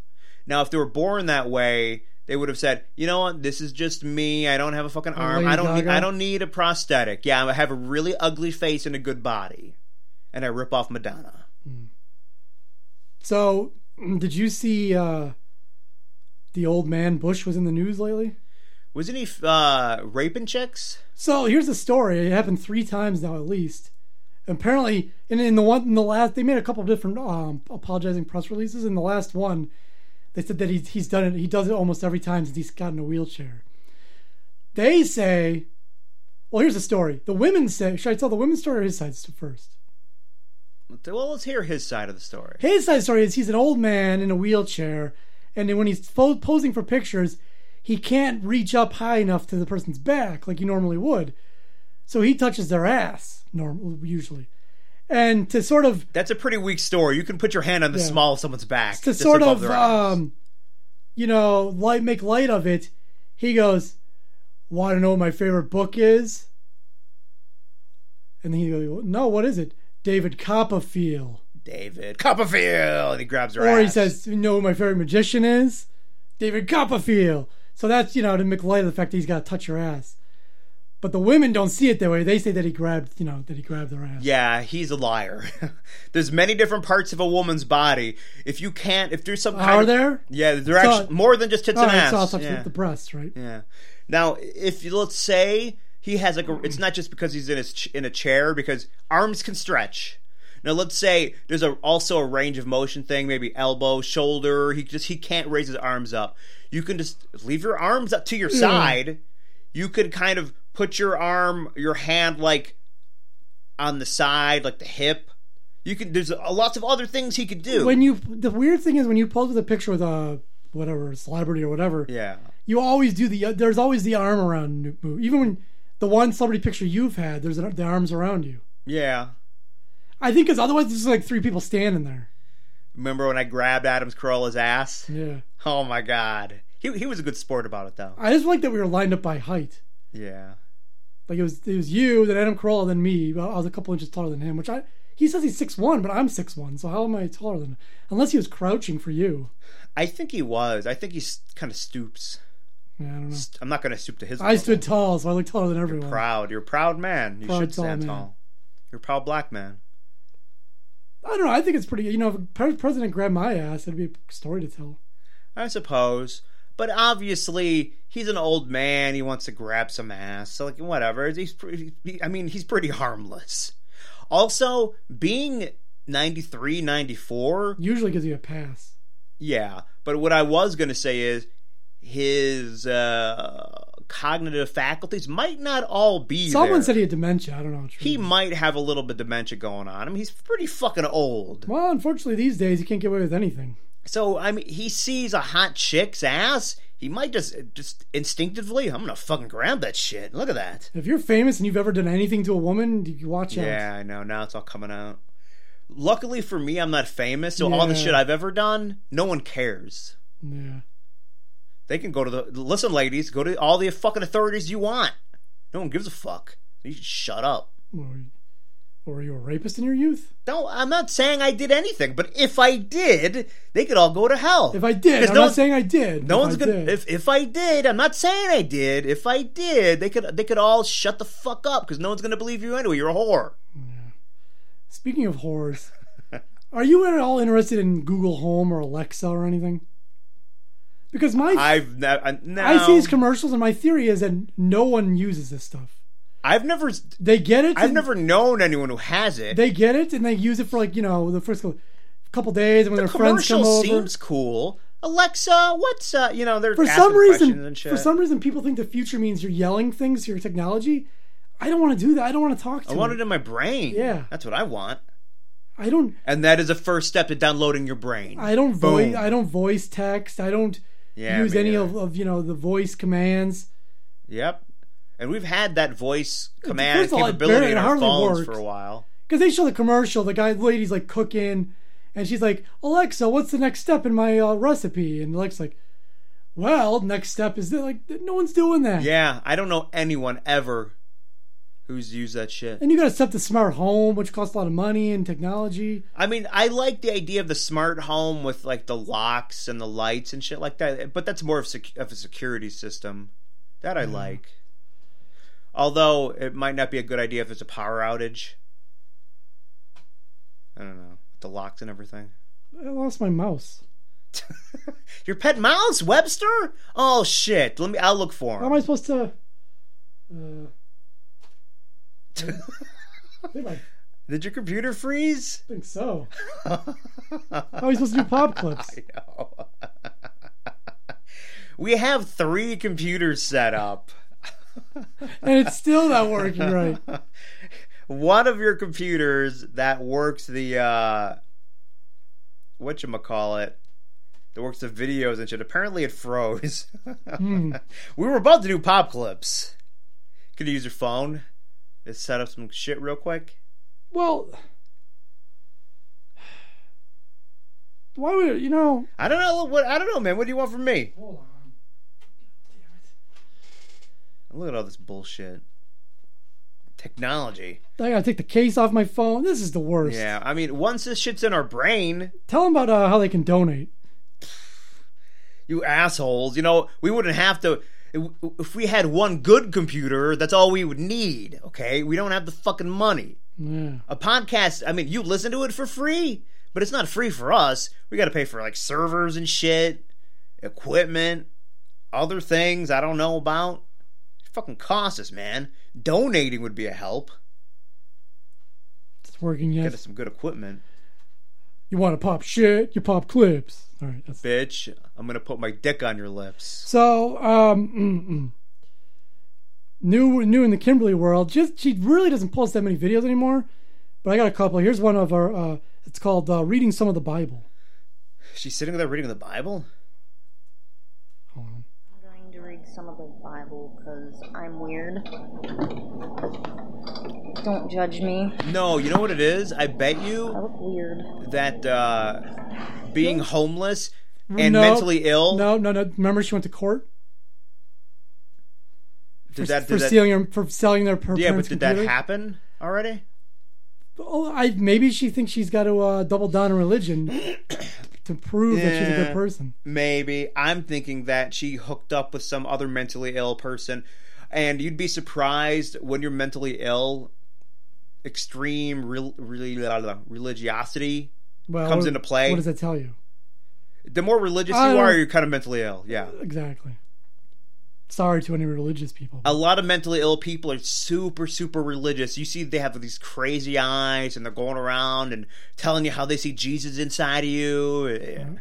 B: Now, if they were born that way, they would have said, "You know what? This is just me. I don't have a fucking arm. I
C: Oh, Lady
B: don't. Need,
C: Gaga?
B: I don't need a prosthetic. Yeah, I have a really ugly face and a good body, and I rip off Madonna."
C: So, mm, did you see uh, the old man Bush was in the news lately?
B: Wasn't he uh, raping chicks?
C: So here's the story. It happened three times now, at least. Apparently, and in the one, in the last, they made a couple of different um, apologizing press releases. In the last one, they said that he's he's done it. He does it almost every time since he's got in a wheelchair. They say, well, here's the story. The women say, should I tell the women's story or his side first?
B: Well, let's hear his side of the story.
C: His side story is he's an old man in a wheelchair, and then when he's fo- posing for pictures, he can't reach up high enough to the person's back like you normally would. So he touches their ass, norm- usually. And to sort of
B: That's a pretty weak story. You can put your hand on the
C: Yeah.
B: small of someone's back.
C: to
B: just
C: sort
B: above
C: of
B: their eyes.
C: um, you know light make light of it he goes want to know what my favorite book is and he goes no what is it david copperfield
B: David Copperfield, and he grabs her
C: or he
B: ass.
C: says you know who my favorite magician is david copperfield so that's you know to make light of the fact that he's got to touch your ass but the women don't see it that way they say that he grabbed you know that he grabbed their ass
B: Yeah, he's a liar. there's many different parts of a woman's body. If you can't, if there's some kind
C: are
B: of,
C: there Oh,
B: Yeah, they're
C: So-
B: actually more than just tits
C: all
B: and
C: right
B: ass.
C: so i'll touch
B: yeah.
C: the breast right
B: yeah. Now, if you let's say he has like a, it's not just because he's in his ch- in a chair because arms can stretch. Now, let's say there's a also a range of motion thing, maybe elbow, shoulder. He just he can't raise his arms up. You can just leave your arms up to your side. You could kind of put your arm, your hand like on the side, like the hip. You could there's a, lots of other things he could do.
C: when you the weird thing is when you pose with a picture with a whatever celebrity or whatever
B: yeah.
C: you always do the there's always the arm around move even when the one celebrity picture you've had there's an, the arms around you
B: Yeah.
C: i think because otherwise it's just like three people standing there
B: Remember when I grabbed Adam's Carolla's ass?
C: yeah
B: Oh my god. He he was a good sport about it though.
C: i just like that we were lined up by height
B: Yeah.
C: like it was it was you then adam carolla then me Well, i was a couple inches taller than him which i he says he's six one but i'm six one so how am i taller than unless he was crouching for you
B: I think he was. I think he kind of stoops.
C: yeah i don't know
B: St- I'm not going to stoop to his
C: Hmm. i
B: level.
C: stood tall so i looked taller than everyone
B: proud. You're a proud man. You
C: Proud
B: should
C: tall
B: stand
C: man.
B: tall. You're a proud black man.
C: i don't know i think it's pretty you know if a pre- president grabbed my ass it'd be a story to tell
B: I suppose. But obviously, he's an old man. He wants to grab some ass. So like whatever. He's pretty, he, I mean, he's pretty harmless. Also, being 93, 94,
C: usually gives you a pass
B: Yeah, but what I was going to say is his uh, cognitive faculties might not all be
C: Someone
B: there.
C: said he had dementia. I don't know. how true
B: he
C: it is.
B: might have a little bit of dementia going on. I mean, he's pretty fucking old.
C: Well, unfortunately, these days you can't get away with anything.
B: So I mean, he sees a hot chick's ass. He might just just instinctively, I'm gonna fucking grab that shit. Look at that.
C: If you're famous and you've ever done anything to a woman, you watch out.
B: Yeah, I know. Now it's all coming out. Luckily for me, I'm not famous, so all the
C: Yeah.
B: shit I've ever done, no one cares.
C: Yeah.
B: They can go to the listen, ladies. Go to all the fucking authorities you want. No one gives a fuck. You should shut up.
C: Were, were you a rapist in your youth?
B: No, I'm not saying I did anything, but if I did, they could all go to hell.
C: If I did,
B: 'Cause
C: I'm
B: no
C: not
B: one-
C: saying I did.
B: no
C: if
B: one's
C: I
B: gonna.
C: did.
B: If if I did, I'm not saying I did. If I did, they could they could all shut the fuck up because no one's gonna believe you anyway. You're a whore.
C: Speaking of whores, are you at all interested in Google Home or Alexa or anything? Because my
B: I've never. No,
C: I see these commercials and my theory is that no one uses this stuff.
B: I've never.
C: They get it.
B: I've
C: and-
B: never known anyone who has it.
C: They get it and they use it for like you know the first couple- couple days and when their friends come
B: Commercial
C: over.
B: seems cool. Alexa, what's uh? You know, they're
C: for
B: asking
C: some reason
B: questions and shit.
C: for some reason people think the future means you're yelling things to your technology i don't want to do that i don't want to talk to
B: I want it
C: it
B: in my brain.
C: Yeah.
B: That's what I want.
C: i don't
B: And that is the first step to downloading your brain.
C: i don't voice
B: Boom.
C: i don't voice text i don't
B: Yeah,
C: use
B: me
C: any
B: neither.
C: of, of you know the voice commands
B: Yep. And we've had that voice command
C: first of all, it
B: capability
C: barely-
B: in
C: it
B: our
C: hardly
B: phones
C: works.
B: for a while.
C: because they show the commercial the guy the lady's like cooking and she's like alexa what's the next step in my uh, recipe and alexa's like well next step is that like no one's doing that
B: Yeah, I don't know anyone ever who's used that shit.
C: and you gotta set the smart home which costs a lot of money and technology
B: I mean, I like the idea of the smart home with like the locks and the lights and shit like that, but that's more of, sec- of a security system. That I like. Although it might not be a good idea if there's a power outage. I don't know. With the locks and everything.
C: i lost my mouse
B: Your pet mouse, Webster? Oh shit! Let me. I'll look for
C: How am I
B: him.
C: supposed to? Uh, I think I
B: Did your computer freeze?
C: think so.
B: How
C: How are we supposed to do pop clips?
B: we have three computers set up.
C: and it's still not working right.
B: One of your computers that works the uh whatchamacallit that works the videos and shit. Apparently it froze.
C: Hmm.
B: We were about to do pop clips. Could you use your phone? Just set up some shit real quick.
C: Well, why would you know?
B: I don't know what I don't know, man. What do you want from me?
C: Hold on.
B: Look at all this bullshit. Technology.
C: I gotta take the case off my phone. This is the worst.
B: Yeah, I mean, once this shit's in our brain,
C: Tell them about uh, how they can donate.
B: you assholes, you know, we wouldn't have to. If we had one good computer, that's all we would need, okay? We don't have the fucking money.
C: Yeah.
B: A podcast, I mean, you listen to it for free, but it's not free for us. We gotta pay for, like, servers and shit, equipment, other things I don't know about. It fucking costs us, man. Donating would be a help.
C: It's working
B: Get us
C: yet.
B: some good equipment.
C: You want to pop shit? You pop clips. All right. That's
B: Bitch, I'm gonna put my dick on your lips.
C: So, um, mm, mm. new new in the Kimberly world. Just she really doesn't post that many videos anymore. But I got a couple. Here's one of our. Uh, it's called uh, reading some of the Bible.
B: She's sitting there reading the Bible?
C: Hold on.
E: I'm going to read some of the Bible because I'm weird. Don't judge me.
B: No, you know what it is? I bet you
E: I look weird.
B: that uh, being homeless and
C: No.
B: mentally ill
C: No, no, no. Remember, she went to court
B: did
C: for,
B: that,
C: for
B: did that
C: stealing her for selling their her
B: yeah but
C: parents'
B: did
C: computer.
B: that happen already
C: Oh, I maybe she thinks she's got to uh, double down on religion to prove that she's a
B: Yeah.
C: good person.
B: maybe i'm thinking that she hooked up with some other mentally ill person and you'd be surprised when you're mentally ill extreme real, really blah, blah, religiosity
C: Well,
B: Comes
C: what-
B: into play.
C: What does that tell you?
B: the more religious
C: I
B: you
C: don't-
B: are you're kind of mentally ill yeah
C: Exactly. Sorry to any religious people.
B: a lot of mentally ill people are super super religious you see they have these crazy eyes and they're going around and telling you how they see jesus inside of you Yeah.
C: Mm-hmm.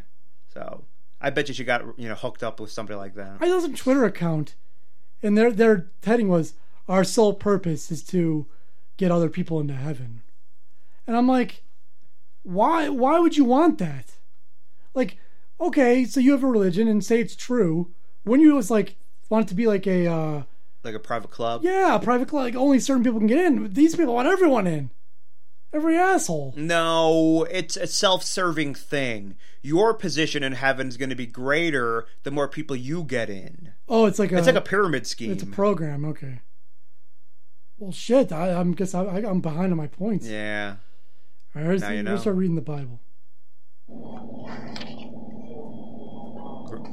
B: so i bet you she got you know hooked up with somebody like that
C: I saw some Twitter account, and their their heading was "Our sole purpose is to get other people into heaven," and I'm like, why why would you want that? Like, okay, so you have a religion and say it's true. When you was like want it to be like a uh,
B: like a private club
C: yeah a private club, like only certain people can get in. These people want everyone in, every asshole.
B: no it's a self-serving thing your position in heaven's going to be greater the more people you get in
C: Oh, it's like a
B: it's like a pyramid scheme
C: it's a program. Okay. Well, shit. I, I'm guess I, I, I'm behind on my points.
B: yeah
C: All right,
B: Now
C: so
B: you
C: you
B: know.
C: start reading the Bible.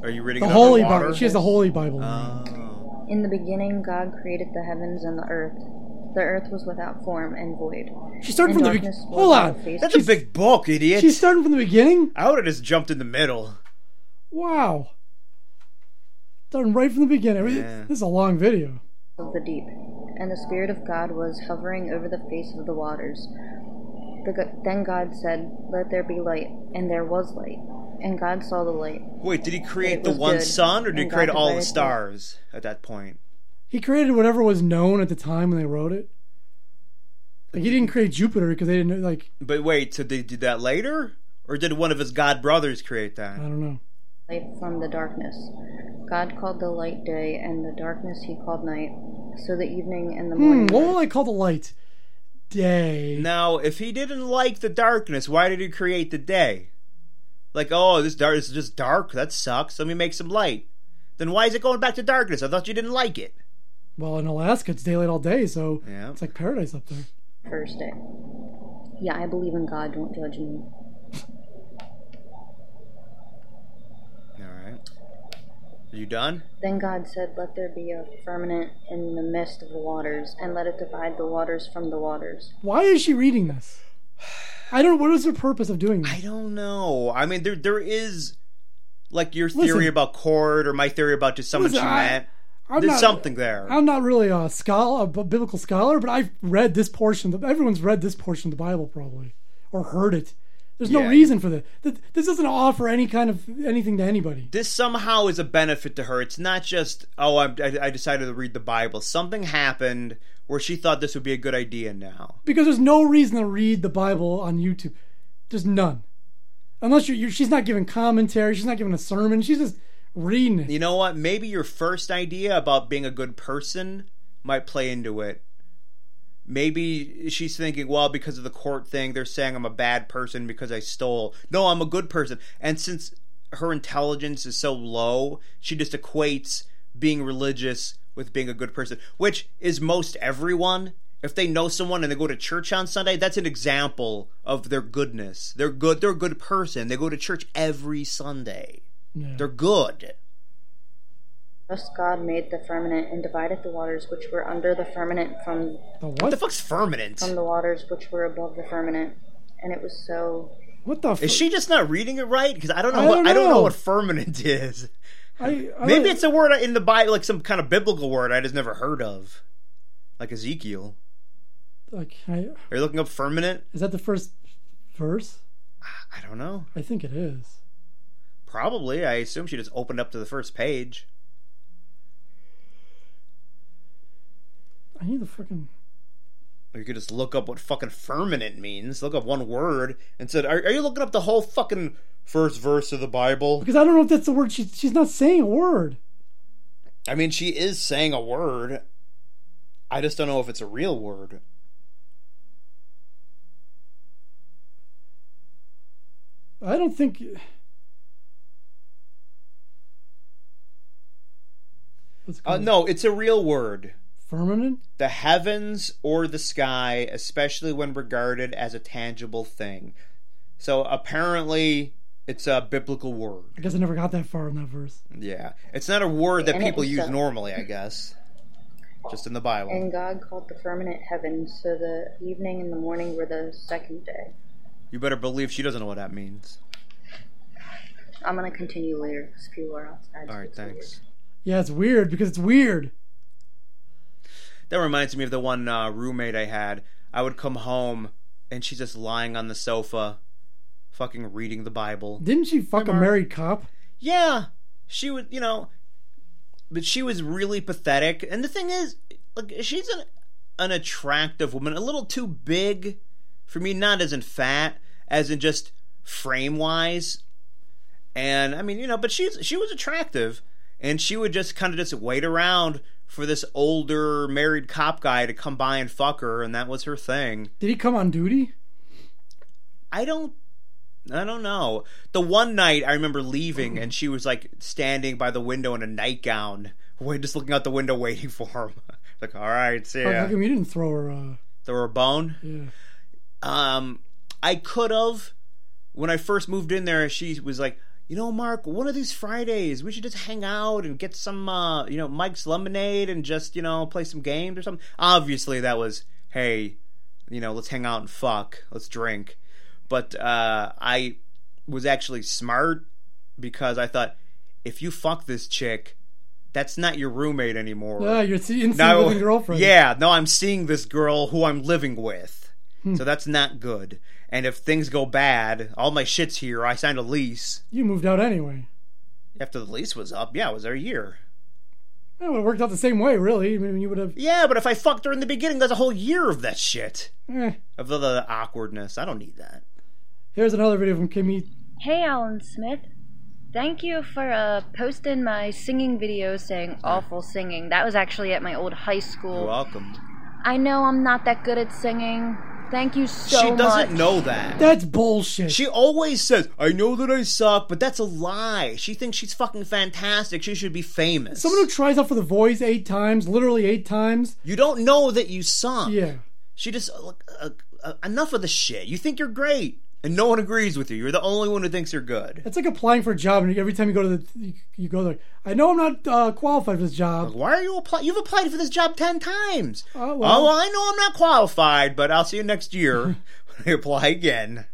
B: are you reading
C: The
B: it
C: Holy
B: underwater?
C: Bible. She has the Holy Bible.
B: Oh.
E: In the beginning, God created the heavens and the earth. The earth was without form and void.
C: She started
E: And
C: from the beginning.
E: darkness was
C: Hold
E: on the
C: on.
E: face-
B: that's a big book idiot
C: She's starting from the beginning.
B: i would have just jumped in the middle
C: Wow. Starting right from the beginning.
B: Yeah.
C: This is a long video.
E: of the deep, and the Spirit of God was hovering over the face of the waters. The go- then God said, Let there be light, and there was light. And God saw the light.
B: Wait, did he create
E: It
B: the
E: was
B: one
E: good,
B: sun, or did he
E: and
B: create
E: God
B: all the
E: divided it.
B: stars at that point?
C: He created whatever was known at the time when they wrote it. Like he didn't create Jupiter because they didn't know, like
B: But wait, so they did that later, or did one of his god brothers create
C: I
B: that?
C: don't know.
E: light from the darkness. God called the light day, and the darkness he called night. So the evening and the
C: Hmm,
E: morning.
C: what will I call the light? Day.
B: Now, if he didn't like the darkness, why did he create the day? Like, oh, this dark this is just dark. That sucks. Let me make some light. Then why is it going back to darkness? I thought you didn't like it.
C: Well, in Alaska it's daylight all day, so
B: Yeah.
C: it's like paradise up there.
E: First day. Yeah, I believe in God. Don't judge me.
B: All right. Are you done?
E: Then God said, Let there be a firmament in the midst of the waters, and let it divide the waters from the waters.
C: Why is she reading this? I don't. What is the purpose of doing this?
B: I don't know. I mean, there there is like your theory
C: Listen.
B: about cord, or my theory about just someone
C: Listen,
B: she
C: I-
B: met.
C: I'm
B: There's
C: not-
B: something there.
C: I'm not really a scholar, a b- biblical scholar, but I've read this portion. Of, everyone's read this portion of the Bible probably, or heard it. There's no
B: Yeah.
C: reason for this. Th- This doesn't offer any kind of anything to anybody.
B: This somehow is a benefit to her. It's not just oh, I, I I decided to read the Bible. Something happened where she thought this would be a good idea now.
C: because there's no reason to read the Bible on YouTube. There's none. Unless you're, you're she's not giving commentary, she's not giving a sermon, she's just reading it.
B: You know what? Maybe your first idea about being a good person might play into it. Maybe she's thinking, well, because of the court thing, they're saying I'm a bad person because I stole. No, I'm a good person. And since her intelligence is so low, she just equates being religious with being a good person, which is most everyone. If they know someone and they go to church on Sunday, that's an example of their goodness. They're good. They're a good person. They go to church every Sunday.
C: Yeah.
B: They're good.
E: Thus God made the firmament and divided the waters which were under the firmament from
C: The
B: What the
C: what?
B: fuck's firmament?
E: from the waters which were above the firmament. And it was so.
C: What the? fu-
B: Is she just not reading it right? Because I don't know.
C: I
B: what,
C: don't
B: I don't
C: know.
B: know what firmament is.
C: I, I
B: Maybe
C: don't-
B: it's a word in the Bible, like some kind of biblical word I just never heard of, like Ezekiel.
C: like. I,
B: Are you looking up firmament?
C: is that the first verse?
B: I don't know.
C: I think it is.
B: Probably. I assume she just opened up to the first page.
C: I need the fucking.
B: Or you could just look up what fucking firmament means. Look up one word and said, "Are, are you looking up the whole fucking first verse of the Bible?"
C: Because I don't know if that's the word. She, she's not saying a word.
B: I mean, she is saying a word. I just don't know if it's a real word.
C: I don't think. What's it
B: Uh,
C: called?
B: no, it's a real word.
C: Firmament?
B: the heavens or the sky, especially when regarded as a tangible thing. So apparently, it's a biblical
C: I
B: word.
C: guess I never got that far in that verse.
B: Yeah, it's not a word that
E: And it
B: people
E: was
B: use
E: a-
B: normally, I guess. Just in the Bible,
E: And God called the firmament heaven, so the evening and the morning were the second day.
B: you better believe she doesn't know what that means.
E: I'm gonna continue later because people are outside.
B: All right,
E: It's
B: thanks.
C: Yeah, it's weird because it's weird.
B: That reminds me of the one uh, roommate I had. I would come home and she's just lying on the sofa, fucking reading the Bible.
C: Didn't she fuck a
B: Mark.
C: married cop?
B: yeah, she was, you know, but she was really pathetic. And the thing is, like, she's an an attractive woman, a little too big for me. Not as in fat, as in just frame wise. And I mean, you know, but she's she was attractive, and she would just kind of just wait around for this older married cop guy to come by and fuck her, and that was her thing.
C: Did he come on duty?
B: I don't I don't know. The one night I remember leaving and she was like standing by the window in a nightgown, wait, just looking out the window waiting for him. like, all right, see
C: Fuck,
B: ya.
C: How come Oh, you didn't throw her? Uh,
B: Throw a bone.
C: yeah.
B: Um, I could have. When I first moved in there, she was like, "You know, Mark, one of these Fridays we should just hang out and get some, uh, you know, Mike's lemonade and just, you know, play some games or something." Obviously, that was, "Hey, you know, let's hang out and fuck, let's drink." But uh, I was actually smart because I thought, if you fuck this chick, that's not your roommate anymore.
C: Ah, you're see- instant
B: No,
C: living girlfriend.
B: Yeah, no, I'm seeing this girl who I'm living with.
C: Hmm.
B: So that's not good. And if things go bad, all my shit's here. I signed a lease.
C: You moved out anyway.
B: After the lease was up, yeah, it was there a year.
C: That would have worked out the same way, really. I mean, you would have.
B: Yeah, but if I fucked her in the beginning, that's a whole year of that shit.
C: Eh.
B: Of the, the awkwardness. I don't need that.
C: Here's another video from Kimmy.
E: Hey, Alan Smith. Thank you for uh, posting my singing video saying awful singing. That was actually at my old high
B: You're
E: school.
B: welcome.
E: I know I'm not that good at singing. Thank you so
B: she doesn't
E: much.
B: know that.
C: That's bullshit.
B: She always says, I know that I suck, but that's a lie. She thinks she's fucking fantastic. She should be famous.
C: Someone who tries out for the voice eight times, literally eight times.
B: you don't know that you suck.
C: Yeah.
B: She just look, uh, uh, enough of the shit. You think you're great, and no one agrees with you. You're the only one who thinks you're good.
C: That's like applying for a job, and every time you go to the, you, you go there. I know I'm not uh, qualified for this job.
B: Why are you applying? You've applied for this job ten times.
C: Oh,
B: Oh
C: well.
B: well. I know I'm not qualified, but I'll see you next year when I apply again.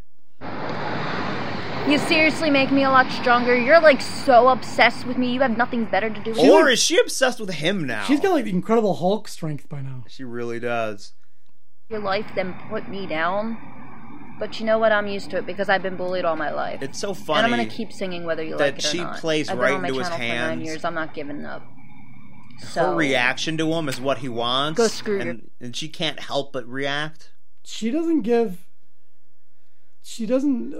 E: You seriously make me a lot stronger. You're like so obsessed with me. You have nothing better to do.
B: or is she obsessed with him now?
C: She's got like the Incredible Hulk strength by now.
B: She really does.
E: your life than put me down. But you know what? I'm used to it because I've been bullied all my life.
B: It's so funny.
E: and I'm gonna keep singing whether you
B: that
E: like it or
B: she
E: not.
B: plays
E: I've
B: right
E: been on my
B: into his
E: channel for nine
B: hands.
E: years. I'm not giving up. So
B: her reaction to him is what he wants.
E: Go screw your-
B: and, and she can't help but react.
C: She doesn't give. She doesn't. Uh,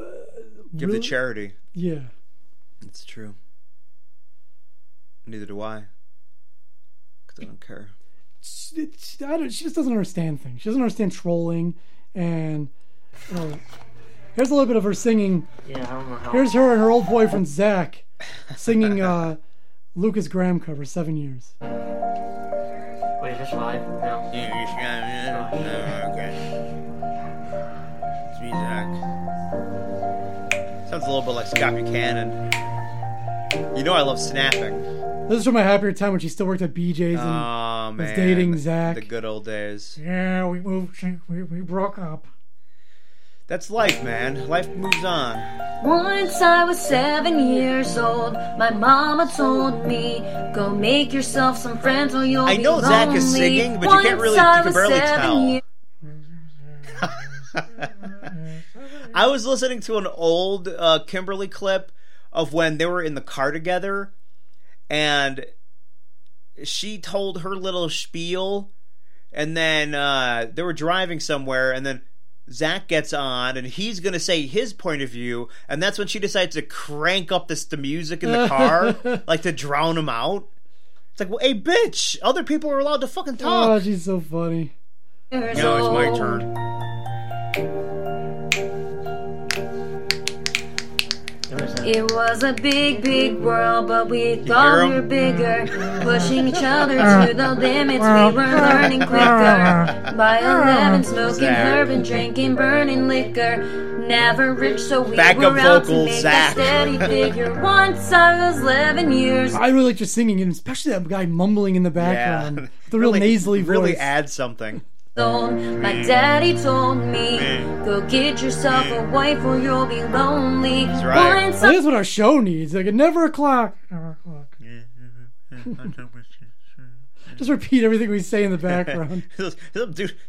B: Give
C: really-
B: the charity.
C: Yeah.
B: It's true. Neither do I. Because I don't care.
C: She, she, I don't, she just doesn't understand things. She doesn't understand trolling. And uh, here's a little bit of her singing.
F: Yeah, I don't know how.
C: Here's her and her old boyfriend Zach singing uh, Lucas Graham cover Seven Years.
F: Wait, is this live? No.
C: Oh,
B: Oh, Okay. It's me, Zach. Sounds a little bit like Scott Buchanan. You know I love snapping.
C: This is from my happier time when she still worked at BJ's. And,
B: Oh man,
C: was dating Zach.
B: The good old days.
C: yeah, we moved. She, we, we broke up.
B: That's life, man. Life moves on.
G: Once I was seven years old, my mama told me, "Go make yourself some friends, or you'll
B: I
G: be
B: know
G: lonely."
B: Zach is singing, but you can't
G: Once
B: really-
G: I
B: you can
G: was
B: barely
G: seven
B: tell.
G: years-
B: I was listening to an old uh, Kimberly clip of when they were in the car together, and she told her little spiel, and then uh, they were driving somewhere, and then Zach gets on, and he's going to say his point of view, and that's when she decides to crank up this the music in the car, like to drown him out. It's like, well, hey, bitch! Other people are allowed to fucking talk.
C: Oh, she's so funny.
G: years
A: Now it's my
G: old.
A: turn.
F: There is that.
G: It was a big, big world, but we thought
B: hear
G: we were
B: 'em?
G: bigger. Pushing each other to the limits, we were learning
C: uh,
G: quicker. By 11, smoking
B: Zach.
G: herb and drinking burning liquor. Never rich, so we
B: Backup
G: were out
B: vocals,
G: to make
B: Zach.
G: a steady figure. Once I was 11 years
C: I really liked her singing, and especially that guy mumbling in the
B: Yeah,
C: background. The real
B: really,
C: nasally voice.
B: really add something.
G: old, my daddy told me, Go get yourself a wife or you'll be lonely.
B: right.
G: Once
C: That is what our show needs. Like, at never o'clock. Never o'clock. Just repeat everything we say in the background.
B: Dude,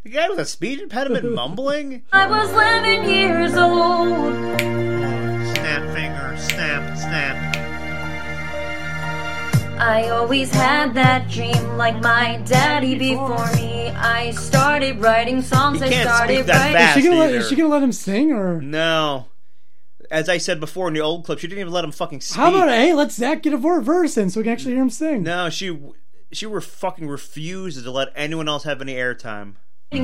B: the guy with a speech impediment mumbling.
G: I was 11 years old.
B: Snap finger, snap, snap.
G: I always had that dream, like my daddy before me. I started writing songs.
B: You can't
G: I started
B: speak that
G: writing.
B: fast.
C: is, she gonna let,
B: either.
C: is she gonna let him sing, or
B: No. As I said before in the old clip, she didn't even let him fucking speak.
C: how about hey, let Zach get a ver- verse in so we can actually hear him sing?
B: No, she she were fucking refused to let anyone else have any airtime.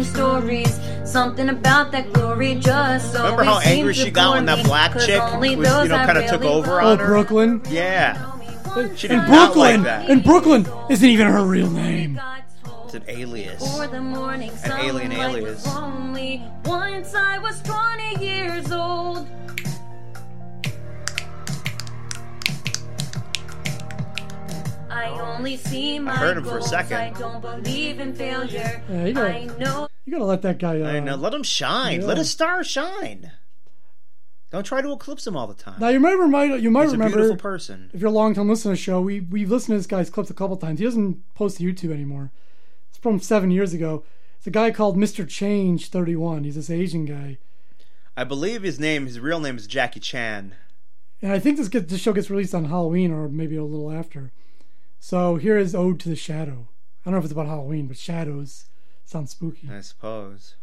G: stories. Something about that glory just
B: Remember how
G: always seemed
B: angry
G: to
B: she got when
G: bore
B: that
G: me,
B: black
G: 'cause
B: chick
G: only
B: was, you
G: those
B: know,
G: I
B: kinda took
G: really
B: over
C: Oh,
B: on her?
C: Brooklyn.
B: Yeah,
G: loved.
B: she did
C: And
B: not like
C: Brooklyn.
B: that.
C: and Brooklyn isn't even her real name.
B: It's an alias.
G: For the morning
B: An
G: sun,
B: alien
G: life
B: alias.
G: was lonely. Once I was 20 years old. I only see my
B: Oh. heard him for a
G: goals.
B: second.
G: I don't believe in failure.
C: Yeah, you
G: I
C: gotta,
G: know
C: you gotta let that guy. Uh,
B: I know. Let him shine. Let
C: Yeah.
B: a star shine. Don't try to eclipse him all the time.
C: Now you might remind you might
B: He's a
C: remember
B: beautiful person.
C: if you're a long time listener to the show, we we've listened to this guy's clips a couple times. He doesn't post to YouTube anymore. It's from seven years ago. It's a guy called Mr. Change Thirty One. He's this Asian guy,
B: I believe his name, his real name is Jackie Chan.
C: and I think this gets, this show gets released on Halloween or maybe a little after. So here is Ode to the Shadow. I don't know if it's about Halloween, but shadows sound spooky.
B: I suppose.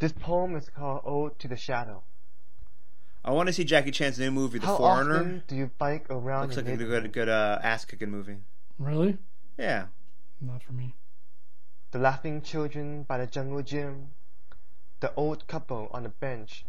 H: This poem is called Ode to the Shadow.
B: I want to see Jackie Chan's new movie, The
H: How
B: Foreigner.
H: often do you bike around
B: Looks
H: your
B: like a
H: neighborhood?
B: good, good uh, ass kicking movie.
C: Really?
B: Yeah.
C: Not for me.
H: the laughing children by the jungle gym, the old couple on the bench,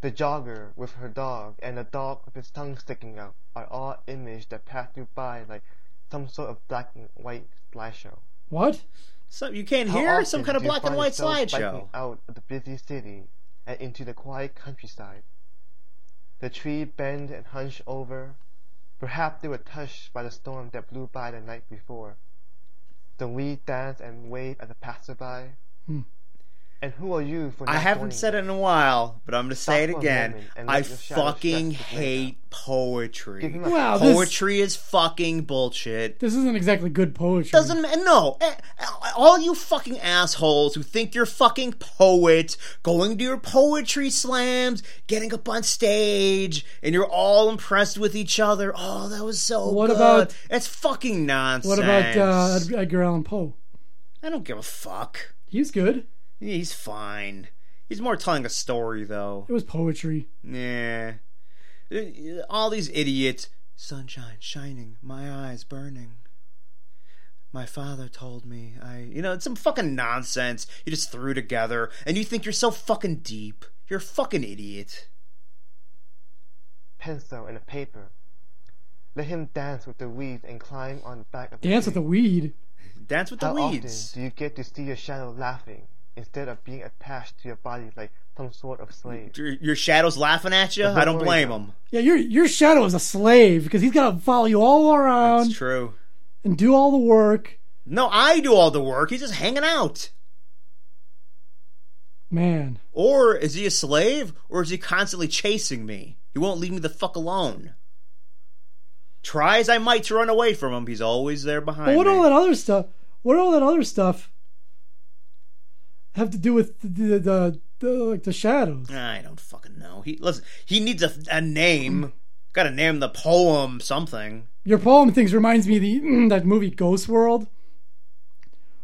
H: the jogger with her dog, and the dog with his tongue sticking out are all images that pass you by like some sort of black and white slideshow.
C: What?
B: So you can't
H: How
B: hear some
H: often
B: kind of
H: do you
B: black and
H: find
B: white
H: yourself biking
B: slideshow.
H: Out of the busy city and into the quiet countryside. The tree bend and hunch over. Perhaps they were touched by the storm that blew by the night before. The weed dance and wave at the passerby.
C: Hmm.
H: And who are you for not
B: I haven't
H: joining
B: said it
H: them?
B: in a while, but I'm gonna say
H: Stop
B: it
H: for a
B: again.
H: moment and
B: I
H: let your shadow
B: fucking
H: stretch to the
B: hate
H: playground. Give
B: poetry.
H: him a
C: Wow, this,
B: Poetry is fucking bullshit.
C: this isn't exactly good poetry.
B: Doesn't ma- no. Eh, All you fucking assholes who think you're fucking poets, going to your poetry slams, getting up on stage, and you're all impressed with each other. Oh, that was so.
C: What
B: good.
C: about-
B: That's fucking nonsense.
C: What about uh, Ed- Edgar Allan Poe?
B: I don't give a fuck.
C: He's good.
B: Yeah, He's fine. He's more telling a story though.
C: It was poetry.
B: Nah. Uh, All these idiots. Sunshine shining, my eyes burning. My father told me I. You know, it's some fucking nonsense you just threw together, and you think you're so fucking deep. You're a fucking idiot.
H: pencil and a paper. Let him dance with the weeds and climb on the back of the
C: Dance with the weed.
B: Dance with the
H: How
B: weeds.
H: often do you get to see your shadow laughing instead of being attached to your body like some sort of slave?
B: Your- Your shadow's laughing at you?
H: But don't
B: I don't
H: worry
B: blame
H: about
B: him.
C: Yeah, your your shadow is a slave because he's got to follow you all around
B: That's true.
C: and do all the work.
B: No, I do all the work. He's just hanging out.
C: Man,
B: Or is he a slave? Or is he constantly chasing me? He won't leave me the fuck alone. Try as I might to run away from him, he's always there
C: but
B: behind
C: what
B: me.
C: all that other stuff? What all that other stuff have to do with the the, the, the like the shadows?
B: I don't fucking know. He listen. He needs a, a name. Got to name the poem something.
C: Your poem things reminds me of the that movie Ghost World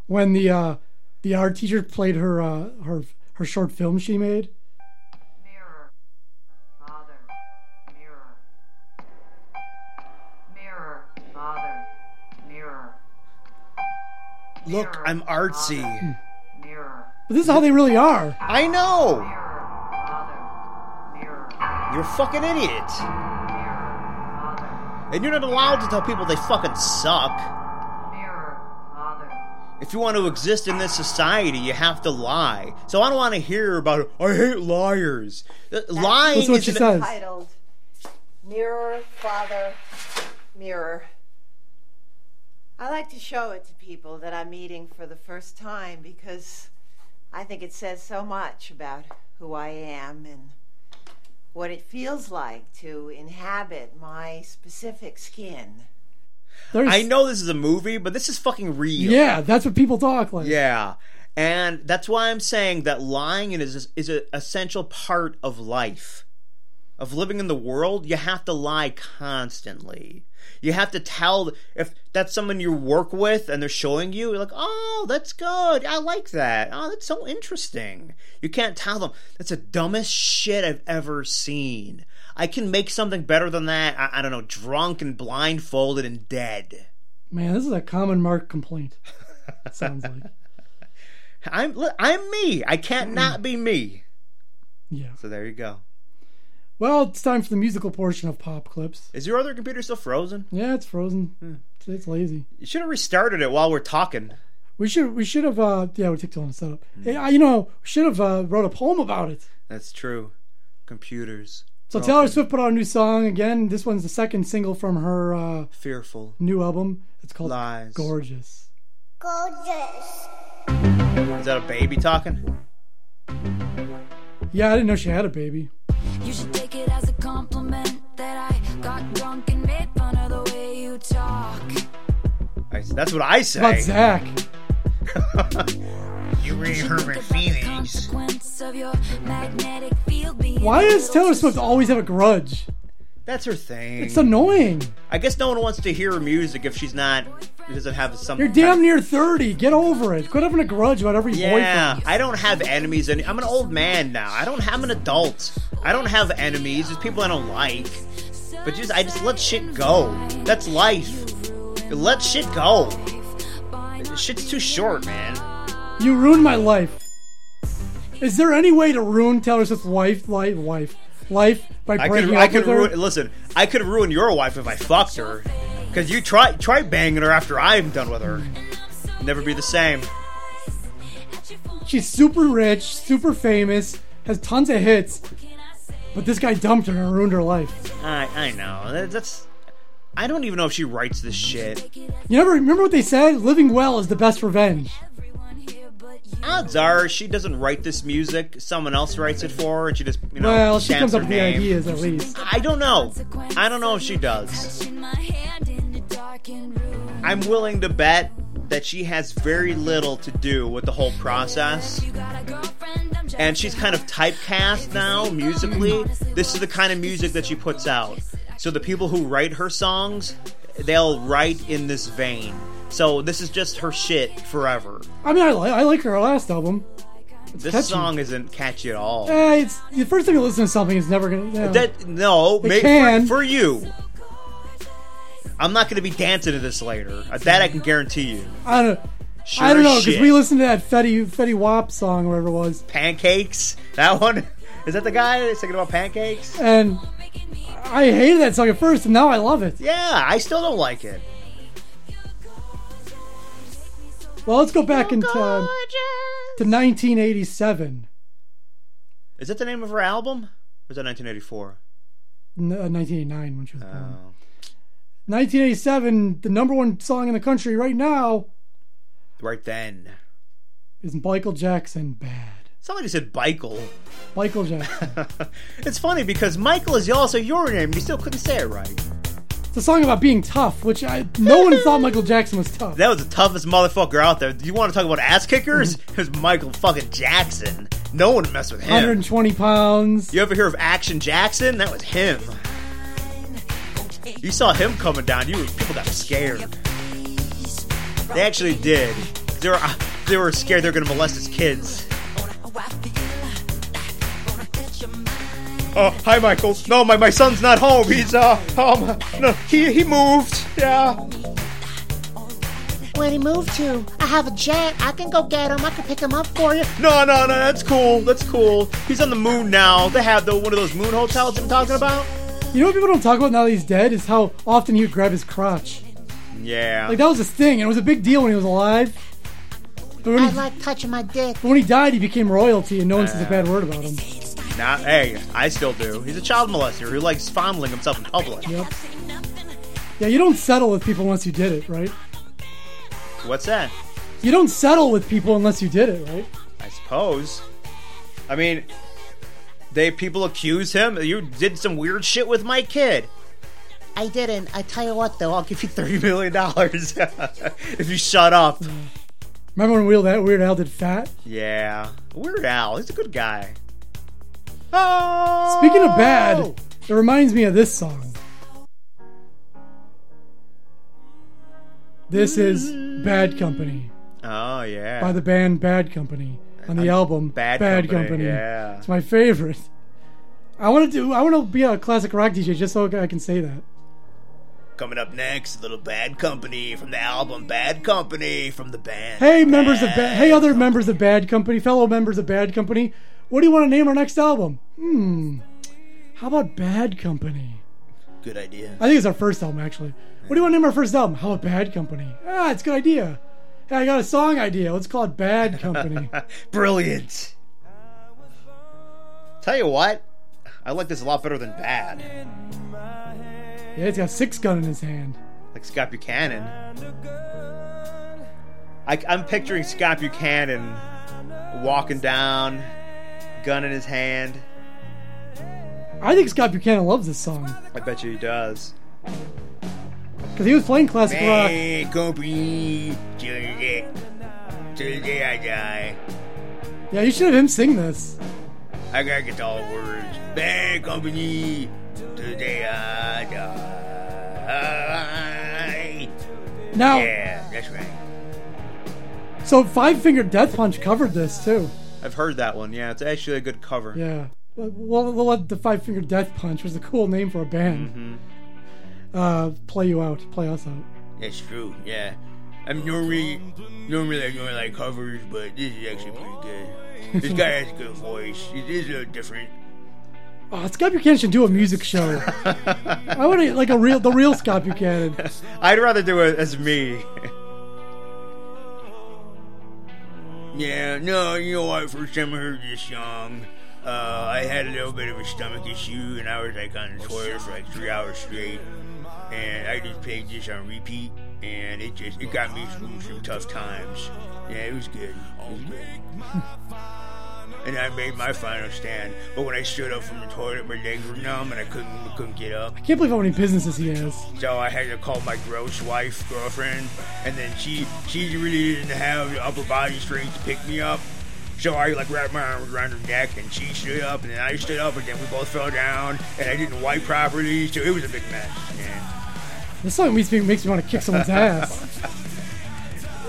C: when the uh, the art teacher played her uh, her her short film she made.
I: Mirror. Father. Mirror. Mirror. Father. Mirror.
B: Look, I'm artsy.
I: Mirror.
C: But this is how they really are.
B: I know.
I: Mirror. Father. Mirror.
B: You're a fucking idiot,
I: Mirror. Father.
B: and you're not allowed to tell people they fucking suck.
I: Mirror. Father.
B: If you want to exist in this society, you have to lie. So I don't want to hear about. I hate liars. Uh, Lying
C: That's what
B: is
C: she
B: an-
C: says.
J: Titled Mirror, Father, Mirror. I like to show it to people that I'm meeting for the first time because I think it says so much about who I am and what it feels like to inhabit my specific skin.
C: There's,
B: I know this is a movie, but this is fucking real.
C: Yeah, that's what people talk like.
B: Yeah. And that's why I'm saying that lying is is an essential part of life. Of living in the world, you have to lie constantly. You have to tell if that's someone you work with and they're showing you, you're like, oh, that's good. I like that. Oh, that's so interesting. You can't tell them that's the dumbest shit I've ever seen. I can make something better than that. I, I don't know, drunk and blindfolded and dead.
C: Man, this is a common mark complaint. it sounds like.
B: I'm li- I'm me. I can't
C: Hmm.
B: not be me.
C: Yeah.
B: So there you go.
C: Well, it's time for the musical portion of Pop Clips.
B: Is your other computer still frozen?
C: Yeah, it's frozen.
B: Hmm.
C: It's, it's lazy.
B: You should have restarted it while we're talking.
C: We should we should have uh yeah, we took too long to set up.
B: Hmm.
C: Hey, I, you know, we should have uh, wrote a poem about it.
B: That's true. Computers
C: So Taylor Swift put out a new song again. This one's the second single from her uh,
B: fearful.
C: new album. It's called
B: Lies.
C: Gorgeous.
B: Is that a baby talking?
C: Yeah, I didn't know she had a baby.
G: You should take it as a compliment that I got drunk and made fun of the way you talk.
B: I, that's what I
C: How About
B: say.
C: Zach.
D: You ain't hurt my feelings.
G: Consequence of your magnetic field being
C: Why
G: a
C: does
G: little
C: Taylor
G: too
C: Swift always have a grudge?
B: That's her thing.
C: It's annoying.
B: I guess no one wants to hear her music if she's not. It doesn't have some.
C: You're damn near thirty. Get over it. Quit having a grudge about every
B: Yeah,
C: boyfriend.
B: I don't have enemies. Any- I'm an old man now. I don't. I'm an adult. I don't have enemies. There's people I don't like. But just, I just let shit go. That's life. You let shit go. Shit's too short, man.
C: You ruined my life. Is there any way to ruin Taylor Swift's wife, life, wife, life by
B: I
C: breaking
B: could,
C: up
B: I could
C: with her?
B: ruin. Listen, I could ruin your wife if I fucked her. Cause you try try banging her after I'm done with her. Never be the same.
C: She's super rich, super famous, has tons of hits, but this guy dumped her and ruined her life.
B: I I know. That- That's. I don't even know if she writes this shit.
C: You never remember what they said? Living well is the best revenge.
G: everyone here but you.
B: odds are she doesn't write this music. Someone else writes it for her, and she just you know.
C: well, she
B: chants
C: comes up
B: her
C: with the
B: name.
C: ideas at least.
B: I don't know. I don't know if she does. I'm willing to bet that she has very little to do with the whole process. And she's kind of typecast now musically. This is the kind of music that she puts out. So the people who write her songs, they'll write in this vein. So this is just her shit forever.
C: I mean, I, li- I like her last album.
B: this
C: catchy.
B: song isn't catchy at all.
C: Eh, it's the first time you listen to something, it's never gonna. yeah.
B: That no,
C: They
B: may-
C: can.
B: For, for you. I'm not going to be dancing to this later. Uh, That I can guarantee you.
C: I don't.
B: Sure
C: I don't
B: as
C: know because
B: shit.
C: we listened to that Fetty Fetty Wap song, or whatever it was,
B: Pancakes. That one. Is that the guy that's thinking about pancakes?
C: and I hated that song at first, and now I love it.
B: Yeah, I still don't like it.
C: Well, let's go back into um, to 1987,
B: Is that the name of her album? Or is that 1984?
C: N- uh, 1989 when she was born.
B: Oh.
C: 1987, the number one song in the country right now
B: Right then.
C: is Michael Jackson. Bad.
B: Somebody said Michael.
C: Michael Jackson.
B: it's funny because Michael is also your name. You still couldn't say it right.
C: it's a song about being tough, which I no one thought Michael Jackson was tough.
B: That was the toughest motherfucker out there. You want to talk about ass kickers?
C: Mm-hmm.
B: It was Michael fucking Jackson. No one messed with him.
C: 120 pounds.
B: You ever hear of Action Jackson? That was him. You saw him coming down. You people got scared. They actually did. They were uh, they were scared they were gonna molest his kids. Oh, hi, Michael. No, my, my son's not home. He's uh um no he he moved. Yeah.
K: Where he moved to? I have a jet. I can go get him. I can pick him up for you.
B: No, no, no. That's cool. That's cool. He's on the moon now. They have the one of those moon hotels I'm talking about.
C: You know what people don't talk about now that he's dead is how often he would grab his crotch.
B: Yeah.
C: Like that was his thing, and it was a big deal when he was alive. But when,
K: I
C: he,
K: like touching my dick.
C: but when he died, he became royalty, and no one says a bad word about him.
B: Not hey, I still do. He's a child molester who likes fondling himself in public.
C: Yep. Yeah, you don't settle with people unless you did it, right?
B: What's that?
C: You don't settle with people unless you did it, right?
B: I suppose. I mean, they people accuse him. You did some weird shit with my kid.
K: I didn't. I tell you what, though, I'll give you
B: Three million dollars if you shut up.
C: Remember when Weird Al, Weird Al did Fat?
B: Yeah, Weird Al. He's a good guy. Oh!
C: Speaking of bad, it reminds me of this song. This is Bad Company
B: Oh yeah.
C: by the band Bad Company on the
B: Uh,
C: album
B: Bad Company, yeah.
C: It's my favorite. I want to do. I want to be a classic rock DJ just so I can say that.
B: Coming up next, a little bad company from the album Bad Company from the band.
C: Hey, members of ba- hey, other members of Bad Company, fellow members of Bad Company, what do you want to name our next album? Hmm, how about Bad Company?
B: Good idea.
C: I think it's our first album actually. What do you want to name our first album? How about Bad Company? Ah, it's a good idea. Hey, I got a song idea. Let's call it Bad Company.
B: Brilliant. Tell you what, I like this a lot better than bad.
C: yeah, he's got six gun in his hand.
B: Like Scott Buchanan. I, I'm picturing Scott Buchanan walking down, gun in his hand.
C: I think Scott Buchanan loves this song
B: I bet you he does.
C: because he was playing classic rock.
B: Bad company till the day- till the day I die.
C: Yeah, you should have him sing this.
B: I gotta get to all the words. Bad company today I die.
C: Now,
B: Yeah, that's right.
C: so Five Finger Death Punch covered this too.
B: I've heard that one. Yeah, it's actually a good cover.
C: Yeah. We'll, we'll let the Five Finger Death Punch, which is a cool name for a band,
B: Mm-hmm.
C: uh, play you out, play us out.
B: That's true. Yeah. I mean, normally, normally I don't like covers, but this is actually pretty good. This guy has a good voice. It is a little different.
C: Oh, Scott Buchanan should do a music show. I want to, like a real, the real Scott Buchanan.
B: I'd rather do it as me. yeah, no, you know what? First time I heard this song, uh,
L: Uh, I had a little bit of a stomach issue, and I was like on the toilet for like three hours straight. And I just played this on repeat, and it just it got me through some tough times. Yeah, it was good. It was good. and I made my final stand, but when I stood up from the toilet, my legs were numb, and I couldn't I couldn't get up.
C: I can't believe how many businesses he has.
L: So I had to call my gross wife, girlfriend, and then she she really didn't have the upper body strength to pick me up. So I like wrapped my arms around her neck, and she stood up, and then I stood up, and then we both fell down, and I didn't wipe properly, so it was a big mess. Yeah.
C: This song makes me, makes me want to kick someone's ass.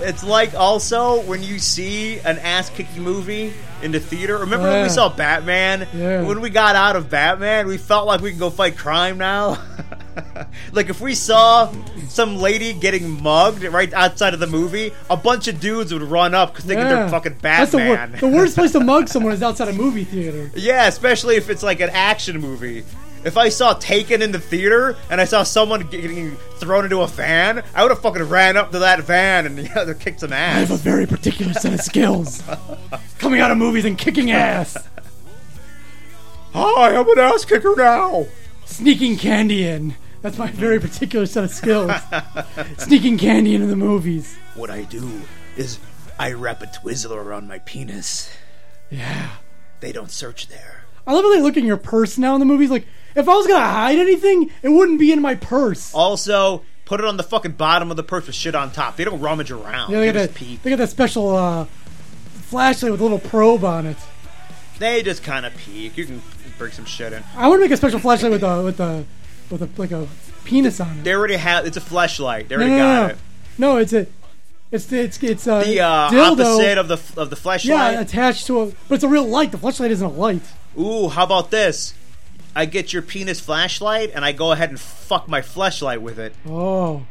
B: It's like also when you see an ass kicking movie in the theater. Remember when
C: Yeah.
B: we saw Batman?
C: Yeah.
B: When we got out of Batman, we felt like we could go fight crime now. like if we saw some lady getting mugged right outside of the movie, a bunch of dudes would run up because thinking they're fucking
C: That's the, wor-
B: Batman.
C: the worst place to mug someone is outside a movie theater.
B: Yeah, especially if it's like an action movie. If I saw Taken in the theater and I saw someone getting thrown into a van, I would have fucking ran up to that van and yeah, kicked some ass.
C: I have a very particular set of skills. Coming out of movies and kicking ass.
B: Hi, I'm an ass kicker now.
C: Sneaking candy in. That's my very particular set of skills. Sneaking candy into the movies.
B: What I do is I wrap a Twizzler around my penis.
C: Yeah.
B: They don't search there.
C: I love how they look in your purse now in the movies. Like, if I was gonna hide anything, it wouldn't be in my
B: Oh,
C: purse.
B: Also, put it on the fucking bottom of the purse with shit on top. They don't rummage around.
C: Yeah, they
B: they,
C: got
B: just
C: that.
B: peep.
C: They got that special uh, flashlight with a little probe on it.
B: They just kind of peek. You can bring some shit in.
C: I would make a special flashlight with a with a with a like a penis on it.
B: They already have. It's a flashlight. They already
C: no,
B: got
C: no, no.
B: it.
C: No, it's a it's the- it's it's a
B: The uh,
C: dildo.
B: opposite of the of the flashlight.
C: Yeah, attached to a but it's a real light. The flashlight isn't a light.
B: Ooh, how about this? I get your penis flashlight and I go ahead and fuck my flashlight with it.
C: Oh,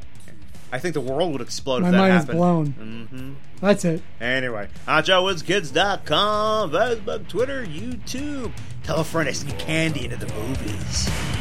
B: I think the world would explode
C: My
B: if that
C: mind is
B: happened.
C: blown.
B: hmm
C: that's it.
B: Anyway, hotshotwoodskids.com, Facebook, Twitter, YouTube. Tell a friend I sneak candy into the movies.